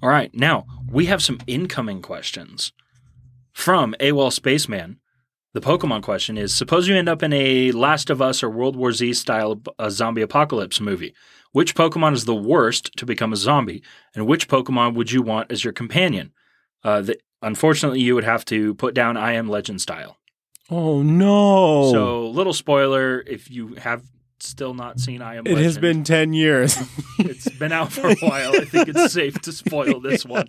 S1: All right. Now, we have some incoming questions from AWOL Spaceman. The Pokemon question is Suppose you end up in a Last of Us or World War Z style uh, zombie apocalypse movie. Which Pokemon is the worst to become a zombie? And which Pokemon would you want as your companion? Uh, the, unfortunately, you would have to put down I Am Legend style.
S2: Oh no!
S1: So, little spoiler if you have still not seen I Am
S2: it
S1: Legend.
S2: has been ten years.
S1: It's been out for a while. I think it's safe to spoil this one.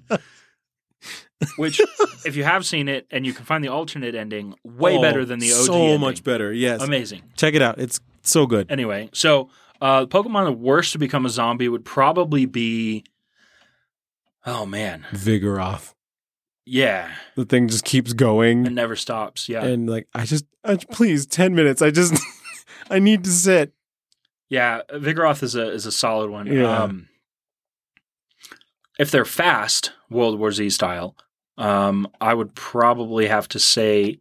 S1: Which, if you have seen it and you can find the alternate ending, way
S2: Oh,
S1: better than the OG.
S2: So
S1: ending.
S2: much better. Yes,
S1: Amazing.
S2: check it out. It's so good.
S1: Anyway, so uh, Pokemon the worst to become a zombie would probably be. Oh man,
S2: Vigoroth.
S1: yeah,
S2: The thing just keeps going,
S1: it
S2: and,
S1: never stops. Yeah,
S2: like I just, I, please, ten minutes. I just, I need to sit.
S1: yeah. Vigoroth is a is a solid one.
S2: Yeah.
S1: Um, if they're fast, World War Z style, um, I would probably have to say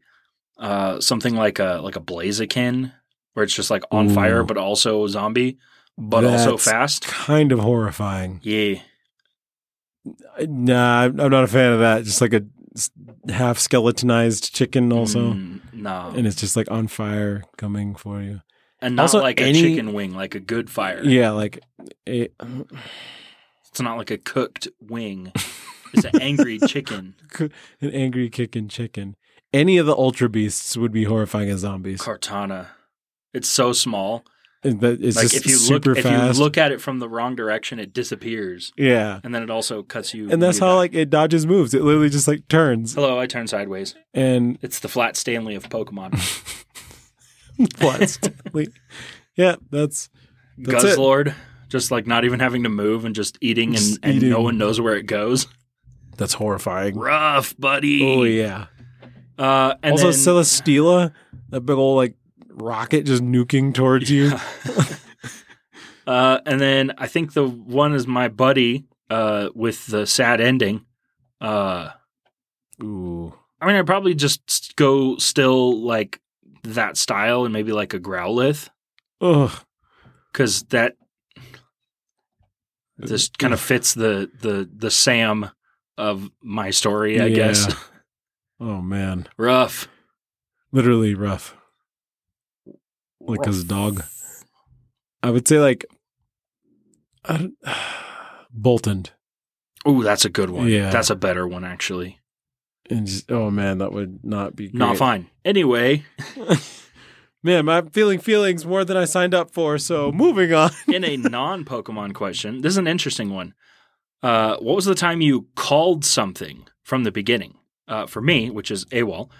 S1: uh, something like a like a Blaziken, where it's just like on
S2: Ooh.
S1: fire, but also a zombie, but also
S2: That's
S1: fast.
S2: Kind of horrifying.
S1: Yeah,
S2: I- Nah, I'm I'm not a fan of that. Just like a s- half skeletonized chicken, also,
S1: Mm, no,
S2: and it's just like on fire coming for you.
S1: and not
S2: also
S1: like
S2: any-
S1: a chicken wing, like a good fire.
S2: Yeah, like it,
S1: It's not like a cooked wing. It's an angry chicken
S2: An angry kicking chicken. Any of the ultra beasts would be horrifying as zombies.
S1: Cartana. It's so small.
S2: And that- It's
S1: like
S2: just
S1: if you
S2: super
S1: look if
S2: fast.
S1: you look at it from the wrong direction, it disappears,
S2: yeah.
S1: and then it also cuts you.
S2: And that's
S1: way
S2: how
S1: back.
S2: like it dodges moves. It literally just like turns
S1: Hello, I turn sideways.
S2: and
S1: It's the flat Stanley of Pokemon.
S2: plots. yeah, that's That's it.
S1: Guzzlord, just like not even having to move and just eating, and,
S2: Just
S1: and no
S2: eating.
S1: one knows where it goes.
S2: that's horrifying.
S1: Rough, buddy.
S2: Oh yeah.
S1: Uh, and
S2: also
S1: then,
S2: Celesteela, that big old like rocket just nuking towards you.
S1: uh, and then I think the one is my buddy uh, with the sad ending. Uh,
S2: Ooh.
S1: I mean, I'd probably just s- go still like that style and maybe like a Growlithe
S2: Ugh.
S1: because that
S2: Uh,
S1: just kind of fits the the the Sam of my story, I
S2: Yeah.
S1: guess.
S2: Oh man.
S1: Rough,
S2: Literally rough. Like his dog. I would say like I don't, Bolton.
S1: Oh, that's a good one.
S2: Yeah.
S1: That's a better one actually.
S2: And just, oh man, that would not be great.
S1: Not fine. Anyway,
S2: Man, I'm feeling feelings more than I signed up for. So
S1: Mm-hmm.
S2: moving on.
S1: in a non Pokemon question, this is an interesting one. Uh, what was the time you called something from the beginning? Uh, for me, which is AWOL,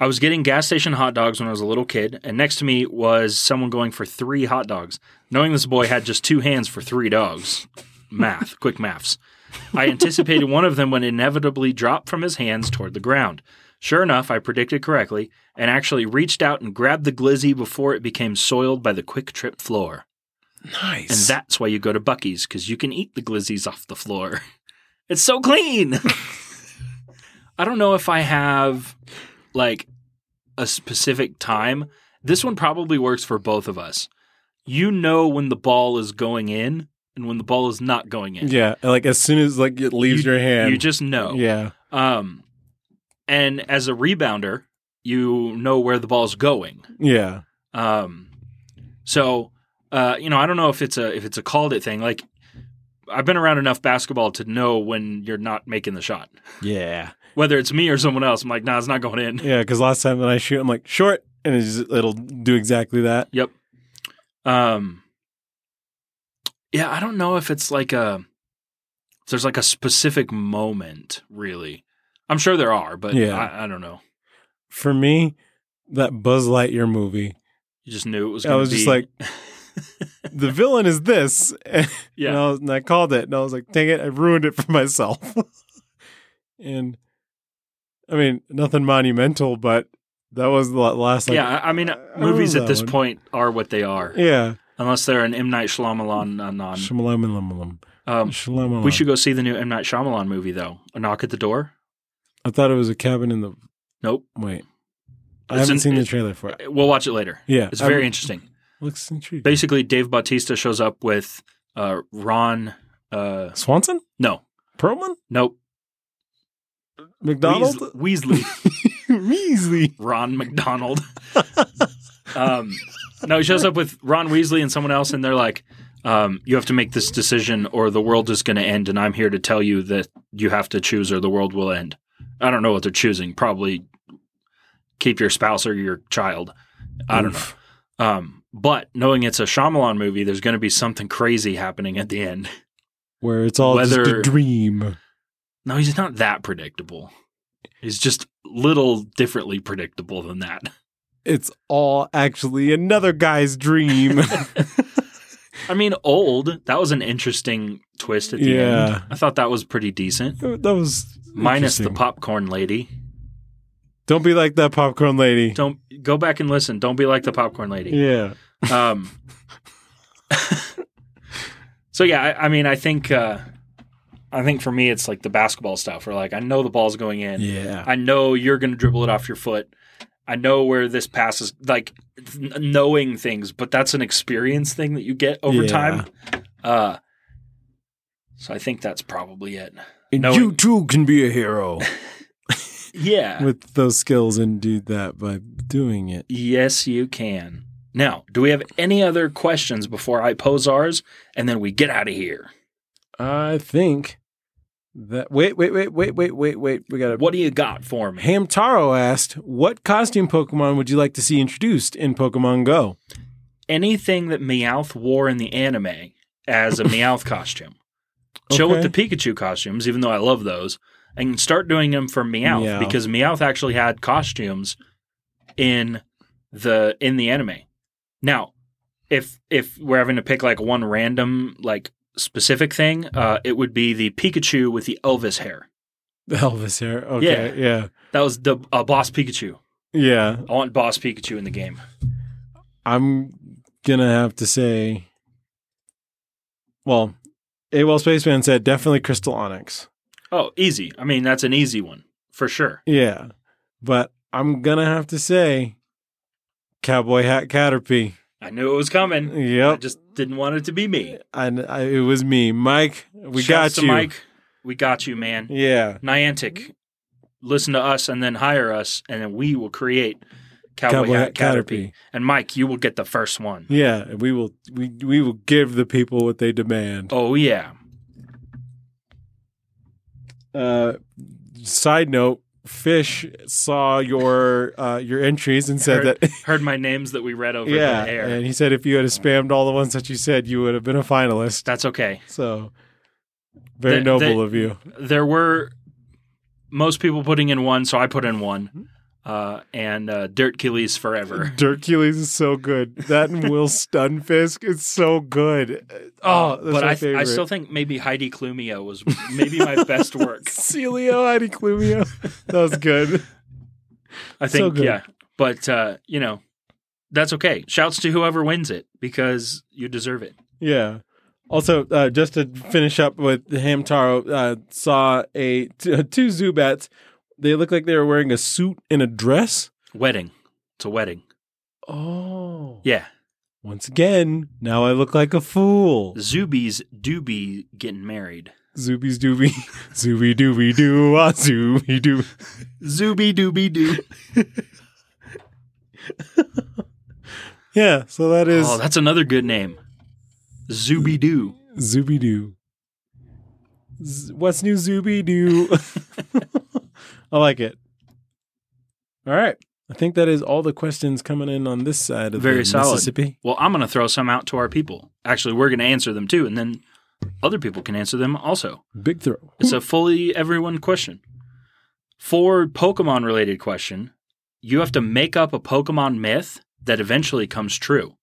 S1: I was getting gas station hot dogs when I was a little kid, and next to me was someone going for three hot dogs. Knowing this boy had just two hands for three dogs, math, quick maths. I anticipated one of them would inevitably drop from his hands toward the ground. Sure enough, I predicted correctly and actually reached out and grabbed the glizzy before it became soiled by the quick trip floor.
S2: Nice.
S1: And that's why you go to Bucky's because you can eat the glizzies off the floor. It's so clean. I don't know if I have like a specific time. This one probably works for both of us. You know when the ball is going in and when the ball is not going in.
S2: yeah, like as soon as like it leaves your hand.
S1: You just know.
S2: yeah.
S1: Um, and as a rebounder, you know where the ball's going.
S2: Yeah.
S1: Um, so uh, you know, I don't know if it's a if it's a called it thing. Like I've been around enough basketball to know when you're not making the shot,
S2: Yeah.
S1: whether it's me or someone else. I'm like, nah, it's not going in.
S2: Yeah, cuz last time that I shoot I'm like short and it's just, it'll do exactly that.
S1: Um, yeah, I don't know if it's like a if there's like a specific moment really. I'm sure there are, but
S2: Yeah.
S1: I, I don't know.
S2: For me, that Buzz Lightyear movie.
S1: You just knew it was.
S2: I
S1: Gonna
S2: was just
S1: be-
S2: like- The villain is this. And,
S1: yeah,
S2: I was- and I called it, and I was like, dang it, I ruined it for myself. and I mean, nothing monumental, but that was the last. Like,
S1: yeah. I- I mean,
S2: I- I
S1: movies
S2: remember
S1: at
S2: that
S1: this
S2: one.
S1: point are what they are,
S2: Yeah.
S1: unless they're an M Night Shyamalan. uh, non-
S2: Shalom,
S1: Um,
S2: shalom.
S1: We should go see the new M Night Shyamalan movie though. A knock at the door.
S2: I thought it was a cabin in the.
S1: Nope.
S2: Wait. I
S1: It's
S2: haven't
S1: an-
S2: seen the
S1: it-
S2: trailer for it.
S1: We'll watch it later.
S2: Yeah. Um,
S1: It's
S2: I-
S1: very interesting.
S2: Looks intriguing.
S1: Basically, Dave Bautista shows up with uh, Ron. Uh,
S2: Swanson?
S1: no,
S2: Perlman?
S1: nope.
S2: McDonald?
S1: Weas- Weasley.
S2: Measly.
S1: Ron McDonald. um, no, he shows up with Ron Weasley and someone else, and they're like, um, "You have to make this decision, or the world is going to end." And I'm here to tell you that you have to choose, or the world will end. I don't know what they're choosing. Probably keep your spouse or your child. I don't know.
S2: Oof.
S1: Um, but knowing it's a Shyamalan movie, there's going to be something crazy happening at the end.
S2: Where it's all just
S1: Whether-
S2: a dream.
S1: No, he's not that predictable. He's just little differently predictable than that.
S2: It's all actually another guy's dream.
S1: I mean, old. That was an interesting twist at the
S2: Yeah.
S1: end. I thought that was pretty decent.
S2: that was
S1: Minus the
S2: interesting.
S1: popcorn lady.
S2: Don't be like that popcorn lady.
S1: Don't go back and listen. Don't be like the popcorn lady.
S2: Yeah.
S1: Um. so yeah, I, I mean, I think, uh, I think for me, it's like the basketball stuff. Where like, I know the ball's going in.
S2: Yeah.
S1: I know you're going to dribble it off your foot. I know where this passes. Like n- knowing things, but that's an experience thing that you get over
S2: Yeah.
S1: time. Uh, so I think that's probably it.
S2: And
S1: No,
S2: you
S1: it-
S2: too can be a hero
S1: Yeah.
S2: with those skills and do that by doing it.
S1: yes, you can. Now, do we have any other questions before I pose ours and then we get out of here?
S2: I think That wait, wait, wait, wait, wait, wait, wait. We got to
S1: What do you got for me?
S2: Hamtaro asked, "What costume Pokemon would you like to see introduced in Pokemon Go?"
S1: Anything that Meowth wore in the anime as a Meowth costume. Chill with the Pikachu costumes, even though I love those, and start doing them for Meowth
S2: Meow.
S1: because Meowth actually had costumes in the in the anime. Now, if if we're having to pick like one random like specific thing, uh, it would be the Pikachu with the Elvis hair.
S2: the Elvis hair. Okay, yeah,
S1: That was the uh, Boss Pikachu.
S2: yeah.
S1: I want Boss Pikachu in the game.
S2: I'm gonna have to say, well, AWOL Spaceman said definitely Crystal Onyx.
S1: Oh, easy. I mean, that's an easy one for sure.
S2: Yeah, but I'm gonna have to say, Cowboy Hat Caterpie.
S1: I knew it was coming. I
S2: Yep,
S1: just didn't want it to be me.
S2: and I, it was me, Mike. We
S1: Shouts
S2: got
S1: to
S2: you,
S1: Mike. We got you, man.
S2: Yeah,
S1: Niantic, listen to us and then hire us, and then we will create Cowboy, Hat Caterpie. And Mike, you will get the first one.
S2: Yeah, we will. We we will give the people what they demand.
S1: Oh yeah,
S2: Uh, side note: Fish saw your uh, your entries and said
S1: Heard-
S2: that.
S1: heard my names that we read over
S2: yeah,
S1: the air.
S2: and he said if you had spammed all the ones that you said, you would have been a finalist.
S1: That's okay.
S2: So very
S1: The-
S2: noble
S1: the-
S2: of you.
S1: There were most people putting in one, so I put in
S2: Mm-hmm.
S1: one. Uh, and uh, Dirt Killies forever.
S2: Hercules is so good. That and Will Stunfisk is so good. Oh, that's
S1: but
S2: my
S1: I,
S2: favorite.
S1: I still think maybe Heidi Klumio was maybe my best work.
S2: Celio Heidi Clumio. That was good.
S1: I
S2: So
S1: think
S2: good.
S1: yeah, but uh, you know that's okay. Shouts to whoever wins it because you deserve it.
S2: Yeah. Also, uh, just to finish up with Hamtaro, uh, saw a t- uh, two Zubats. They look like they were wearing a suit and a dress.
S1: Wedding, it's a wedding.
S2: Oh.
S1: Yeah,
S2: Once again, now I look like a fool.
S1: Zubies do be getting married.
S2: Zoobies doobie, zooby dooby doo, ah, zooby doo.
S1: Zuby dooby doo.
S2: Yeah, so that is
S1: Oh, that's another good name. Zuby doo.
S2: zooby doo. Z- what's new, zooby doo? I like it. All right. I think that is all the questions coming in on this side of
S1: Very
S2: the
S1: solid.
S2: Mississippi.
S1: Well, I'm gonna throw some out to our people. Actually, we're gonna answer them too, and then other people can answer them also.
S2: Big throw.
S1: It's a fully everyone question. For Pokemon related question, you have to make up a Pokemon myth that eventually comes true.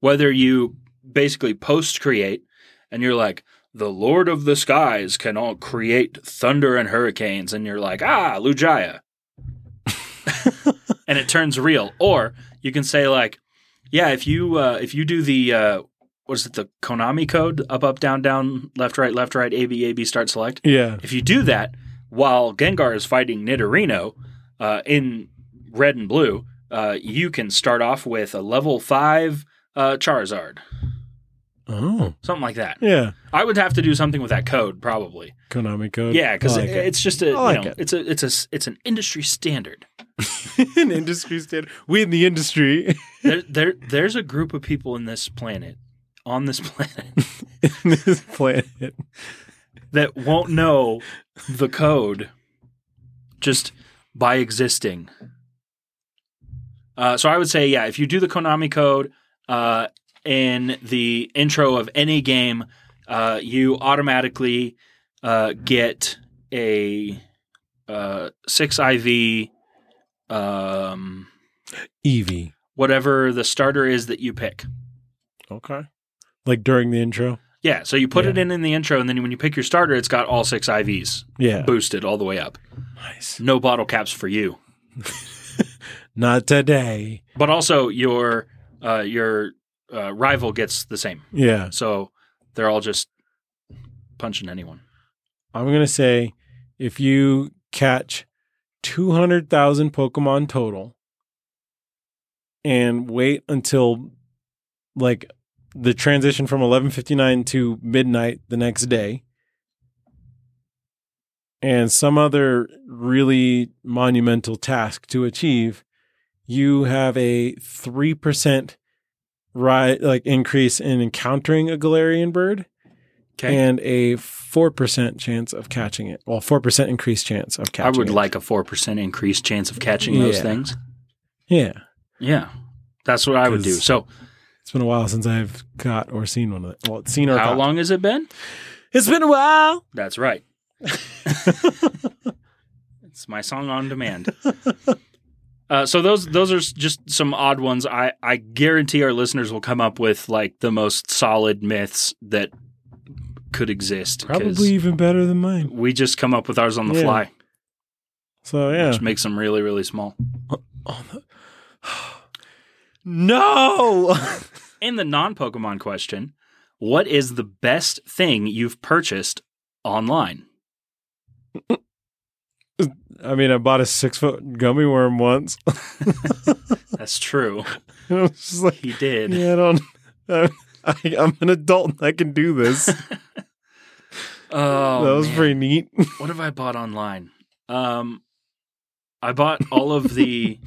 S1: Whether you basically post create and you're like, the Lord of the Skies can all create thunder and hurricanes, and you're like, ah, Lujaya. and it turns real. Or you can say like, yeah, if you uh, if you do the uh, what is it the Konami code up up down down left right left right A B A B start select
S2: Yeah.
S1: if you do that while Gengar is fighting Nidorino uh, in red and blue, uh, you can start off with a level five uh, Charizard,
S2: Oh.
S1: something like that.
S2: Yeah.
S1: I would have to do something with that code, probably.
S2: Konami code.
S1: Yeah, because
S2: I like it.
S1: it's just a
S2: I like
S1: you know,
S2: it.
S1: it's a it's a s- it's an industry standard.
S2: an industry standard. We in the industry.
S1: there, there there's a group of people in this planet, on this planet,
S2: in this planet.
S1: that won't know the code just by existing. Uh, so I would say, yeah, if you do the Konami code uh, in the intro of any game, uh, you automatically uh, get a uh, 6IV, um,
S2: Eevee.
S1: whatever the starter is that you pick.
S2: Okay. Like during the intro.
S1: Yeah, so you put
S2: Yeah.
S1: it in in the intro, and then when you pick your starter, it's got all six IVs
S2: Yeah.
S1: boosted all the way up.
S2: Nice.
S1: No bottle caps for you.
S2: Not today.
S1: but also your uh, your uh, rival gets the same.
S2: Yeah.
S1: So they're all just punching anyone.
S2: I'm gonna say, if you catch two hundred thousand Pokemon total, and wait until like the transition from eleven fifty nine to midnight the next day, and some other really monumental task to achieve, you have a three percent ri like increase in encountering a Galarian bird
S1: Okay.
S2: and a 4% chance of catching it. Well, 4% increased chance of
S1: I
S2: catching
S1: would
S2: it.
S1: like a 4% increased chance of catching those
S2: Yeah.
S1: things.
S2: Yeah.
S1: Yeah. That's what I would do.
S2: 'Cause
S1: So,
S2: It's been a while since I've caught or seen one of them. Well, seen or
S1: how
S2: caught.
S1: long has it been?
S2: It's been a while.
S1: That's right. it's my song on demand. Uh, so those those are s- just some odd ones. I, I guarantee our listeners will come up with like the most solid myths that could exist. 'cause
S2: Probably even better than mine.
S1: we just come up with ours on the
S2: Yeah.
S1: fly,
S2: So, yeah.
S1: which makes them really really small.
S2: No.
S1: In the non Pokemon question, what is the best thing you've purchased online?
S2: I mean, I bought a six foot gummy worm once.
S1: That's true.
S2: And I was just like,
S1: He did.
S2: yeah, I don't. I, I, I'm an adult and I can do this.
S1: Oh,
S2: that was
S1: man.
S2: pretty neat.
S1: what have I bought online? Um, I bought all of the.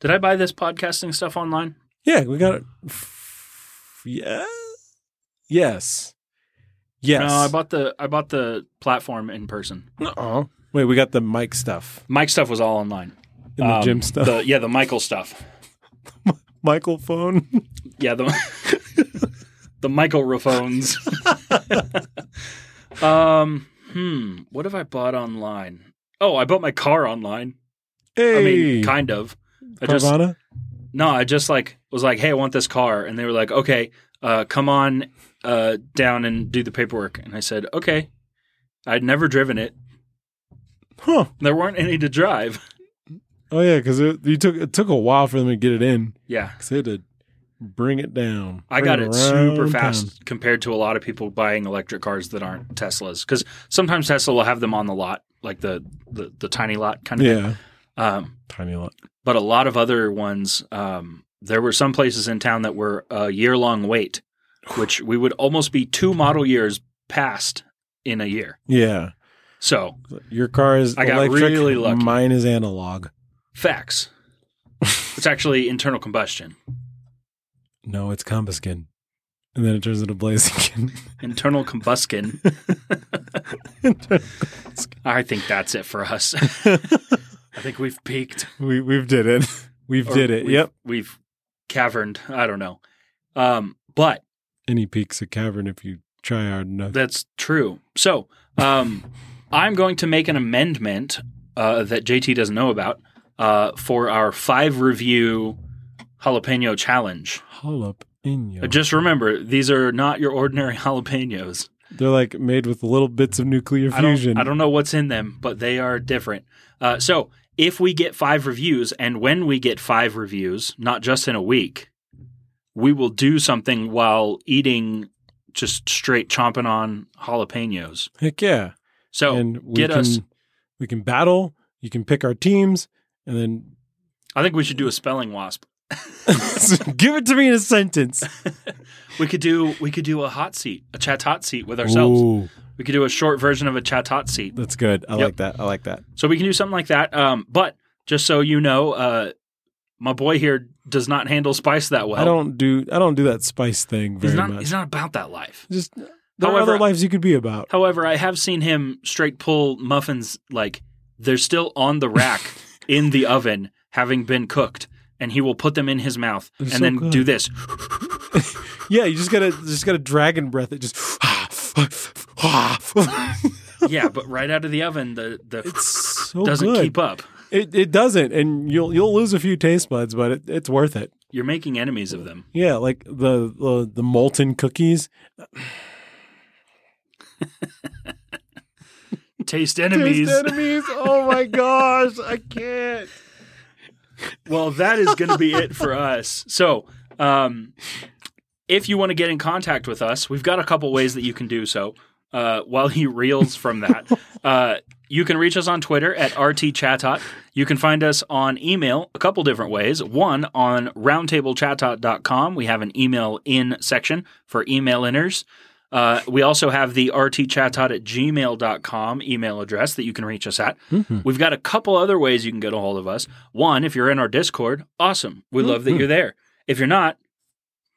S1: did I buy this podcasting stuff online?
S2: Yeah, we got it. F- Yeah. Yes. Yes.
S1: No, I bought the I bought the platform in person.
S2: Uh-oh. Wait, we got the mic stuff
S1: Mike stuff was all online.
S2: and the
S1: Um,
S2: gym stuff.
S1: the- yeah, the Michael stuff.
S2: Michael phone.
S1: Yeah, the the microphones. um, hmm, what have I bought online? Oh, I bought my car online.
S2: hey.
S1: I mean, kind of. I just
S2: Carvana?
S1: No, I just like was like, "Hey, I want this car," and they were like, "Okay, uh, come on uh, down and do the paperwork." And I said, "Okay." I'd never driven it.
S2: Huh.
S1: There weren't any to drive.
S2: Oh yeah, because it you took it took a while for them to get it in
S1: Yeah,
S2: because they had to bring it down.
S1: I got
S2: bring
S1: it super
S2: around
S1: fast
S2: town.
S1: compared to a lot of people buying electric cars that aren't Teslas. Because sometimes Tesla will have them on the lot, like the the, the tiny lot kind of.
S2: Yeah,
S1: Thing. Um,
S2: tiny lot.
S1: but a lot of other ones, um, there were some places in town that were a year long wait, which we would almost be two model years past in a year.
S2: Yeah,
S1: So
S2: your car is.
S1: I got
S2: electric,
S1: really lucky.
S2: Mine is analog.
S1: facts. it's actually internal combustion.
S2: No, it's combuskin, and then it turns into blaziken.
S1: Internal combustion. I think that's it for us. I think we've peaked.
S2: we we've did it. We've
S1: Or
S2: did it.
S1: We've,
S2: Yep.
S1: We've caverned. I don't know. Um, but
S2: Any peaks a cavern if you try hard enough.
S1: that's true. So um, I'm going to make an amendment uh, that JT doesn't know about uh, for our five review jalapeno challenge.
S2: Jalapeno.
S1: Just remember, these are not your ordinary jalapenos.
S2: They're like made with little bits of nuclear
S1: I don't,
S2: fusion.
S1: I don't know what's in them, but they are different. Uh, so if we get five reviews, and when we get five reviews, not just in a week, we will do something while eating, just straight chomping on jalapenos.
S2: Heck yeah.
S1: So
S2: and we
S1: Oh, get
S2: can,
S1: us-
S2: We can battle. You can pick our teams, and then
S1: I think we should do a spelling wasp.
S2: give it to me in a sentence.
S1: We could do we could do a hot seat, a chat hot seat with ourselves.
S2: Ooh,
S1: We could do a short version of a chat hot seat.
S2: that's good. I
S1: Yep.
S2: like that. I like that.
S1: So we can do something like that. Um, but just so you know, uh, my boy here does not handle spice that well.
S2: I don't do. I don't do that spice thing very
S1: he's not
S2: much.
S1: he's not about that life.
S2: Just there are
S1: However-
S2: other lives you could be about.
S1: However, I have seen him straight pull muffins like they're still on the rack in the oven, having been cooked, and he will put them in his mouth
S2: They're
S1: and
S2: so
S1: then
S2: good.
S1: do this.
S2: Yeah, you just gotta just gotta dragon breath it. Just
S1: yeah, but right out of the oven, the the
S2: it's so
S1: doesn't
S2: good.
S1: keep up.
S2: It it doesn't, and you'll you'll lose a few taste buds, but it, it's worth it.
S1: You're making enemies of them.
S2: Yeah, like the the, the molten cookies.
S1: Taste enemies.
S2: enemies. Oh my gosh, I can't.
S1: well, that is going to be it for us. So, um, if you want to get in contact with us, we've got a couple ways that you can do so. Uh, while he reels from that, uh, you can reach us on Twitter at rtchatot. You can find us on email a couple different ways. One on roundtablechatot.com. We have an email in section for email inners. Uh, we also have the rtchatot at gmail.com email address that you can reach us at.
S2: Mm-hmm.
S1: We've got a couple other ways you can get a
S2: Mm-hmm.
S1: hold of us. One, if you're in our Discord, awesome. We love that you're there. If you're not,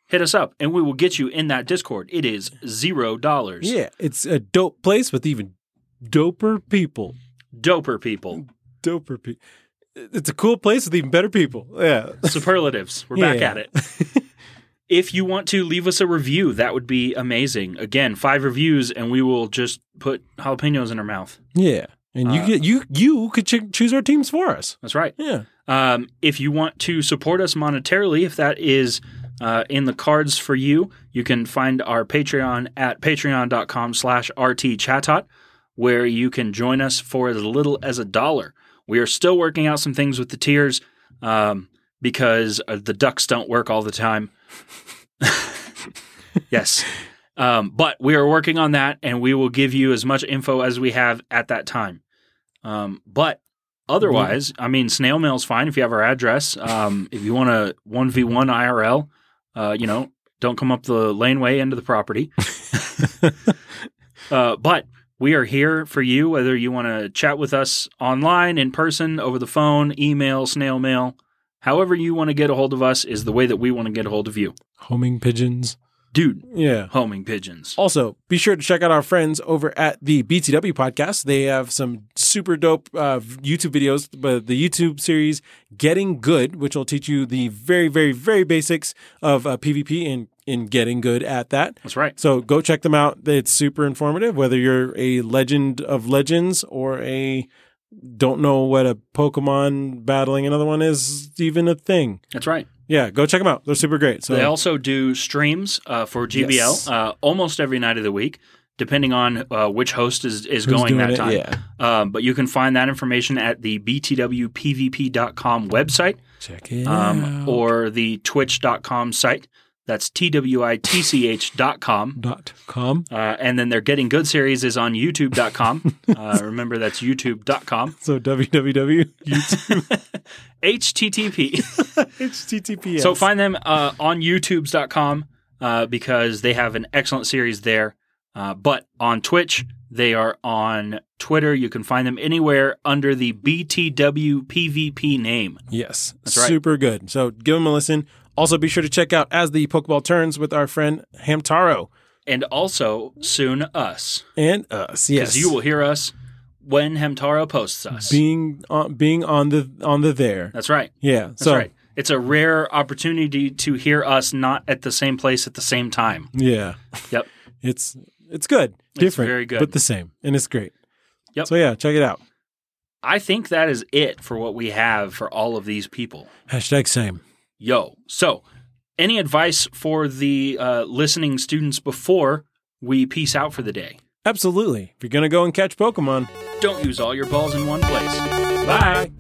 S1: hit us up and we will get you in that Discord. It is zero dollars.
S2: Yeah, it's a dope place with even doper people.
S1: Doper people.
S2: Doper people. It's a cool place with even better people. Yeah.
S1: Superlatives. We're back
S2: Yeah.
S1: at it. if you want to leave us a review, that would be amazing. Again, five reviews and we will just put jalapenos in our mouth.
S2: Yeah. And you
S1: Uh,
S2: get you you could ch- choose our teams for us.
S1: That's right.
S2: Yeah.
S1: Um, if you want to support us monetarily, if that is uh, in the cards for you, you can find our Patreon at patreon.com slash rtchatot, where you can join us for as little as a dollar. We are still working out some things with the tiers um, because uh, the ducks don't work all the time. yes. Um, but we are working on that, and we will give you as much info as we have at that time. Um, but otherwise, I mean, snail mail is fine if you have our address. Um, if you want to one v one IRL, uh, you know, don't come up the laneway into the property. uh, but we are here for you, whether you want to chat with us online, in person, over the phone, email, snail mail. However, you want to get a hold of us is the way that we want to get a hold of you.
S2: Homing pigeons.
S1: Dude,
S2: Yeah.
S1: homing pigeons.
S2: Also, be sure to check out our friends over at the BTW podcast. They have some super dope uh, YouTube videos, but the YouTube series Getting Good, which will teach you the very, very, very basics of uh, PvP and in getting good at that.
S1: That's right.
S2: So go check them out. It's super informative, whether you're a legend of legends or a don't know what a Pokemon battling another one is even a thing.
S1: That's right.
S2: Yeah, go check them out. They're super great. So
S1: they also do streams uh, for GBL
S2: Yes.
S1: uh, almost every night of the week, depending on uh, which host is, is
S2: who's
S1: going
S2: doing
S1: that
S2: it?
S1: time.
S2: Yeah,
S1: Um, but you can find that information at the btwpvp.com website
S2: check it
S1: um,
S2: out.
S1: or the twitch.com site. That's twitch dot com.
S2: dot com.
S1: Uh, and then their Getting Good series is on youtube.com. uh, remember, that's youtube.com.
S2: So www
S1: HTTP.
S2: https.
S1: So find them uh, on YouTubes.com uh, because they have an excellent series there. Uh, but on Twitch, they are on Twitter. You can find them anywhere under the BTW PvP name.
S2: Yes,
S1: right.
S2: super good. So give them a listen. Also, be sure to check out as the Pokeball turns with our friend Hamtaro
S1: And also soon us,
S2: and us. Yes,
S1: because you will hear us when Hemtaro posts us.
S2: being on being on the on the there.
S1: That's right.
S2: Yeah.
S1: That's
S2: so
S1: right. It's a rare opportunity to hear us not at the same place at the same time.
S2: Yeah.
S1: Yep.
S2: It's it's good. Different.
S1: very good.
S2: But the same. And it's great.
S1: Yep.
S2: So yeah, check it out.
S1: I think that is it for what we have for all of these people.
S2: Hashtag same.
S1: yo. So, any advice for the uh, listening students before we peace out for the day?
S2: Absolutely. If you're gonna go and catch Pokemon,
S1: Don't use all your balls in one place. Bye.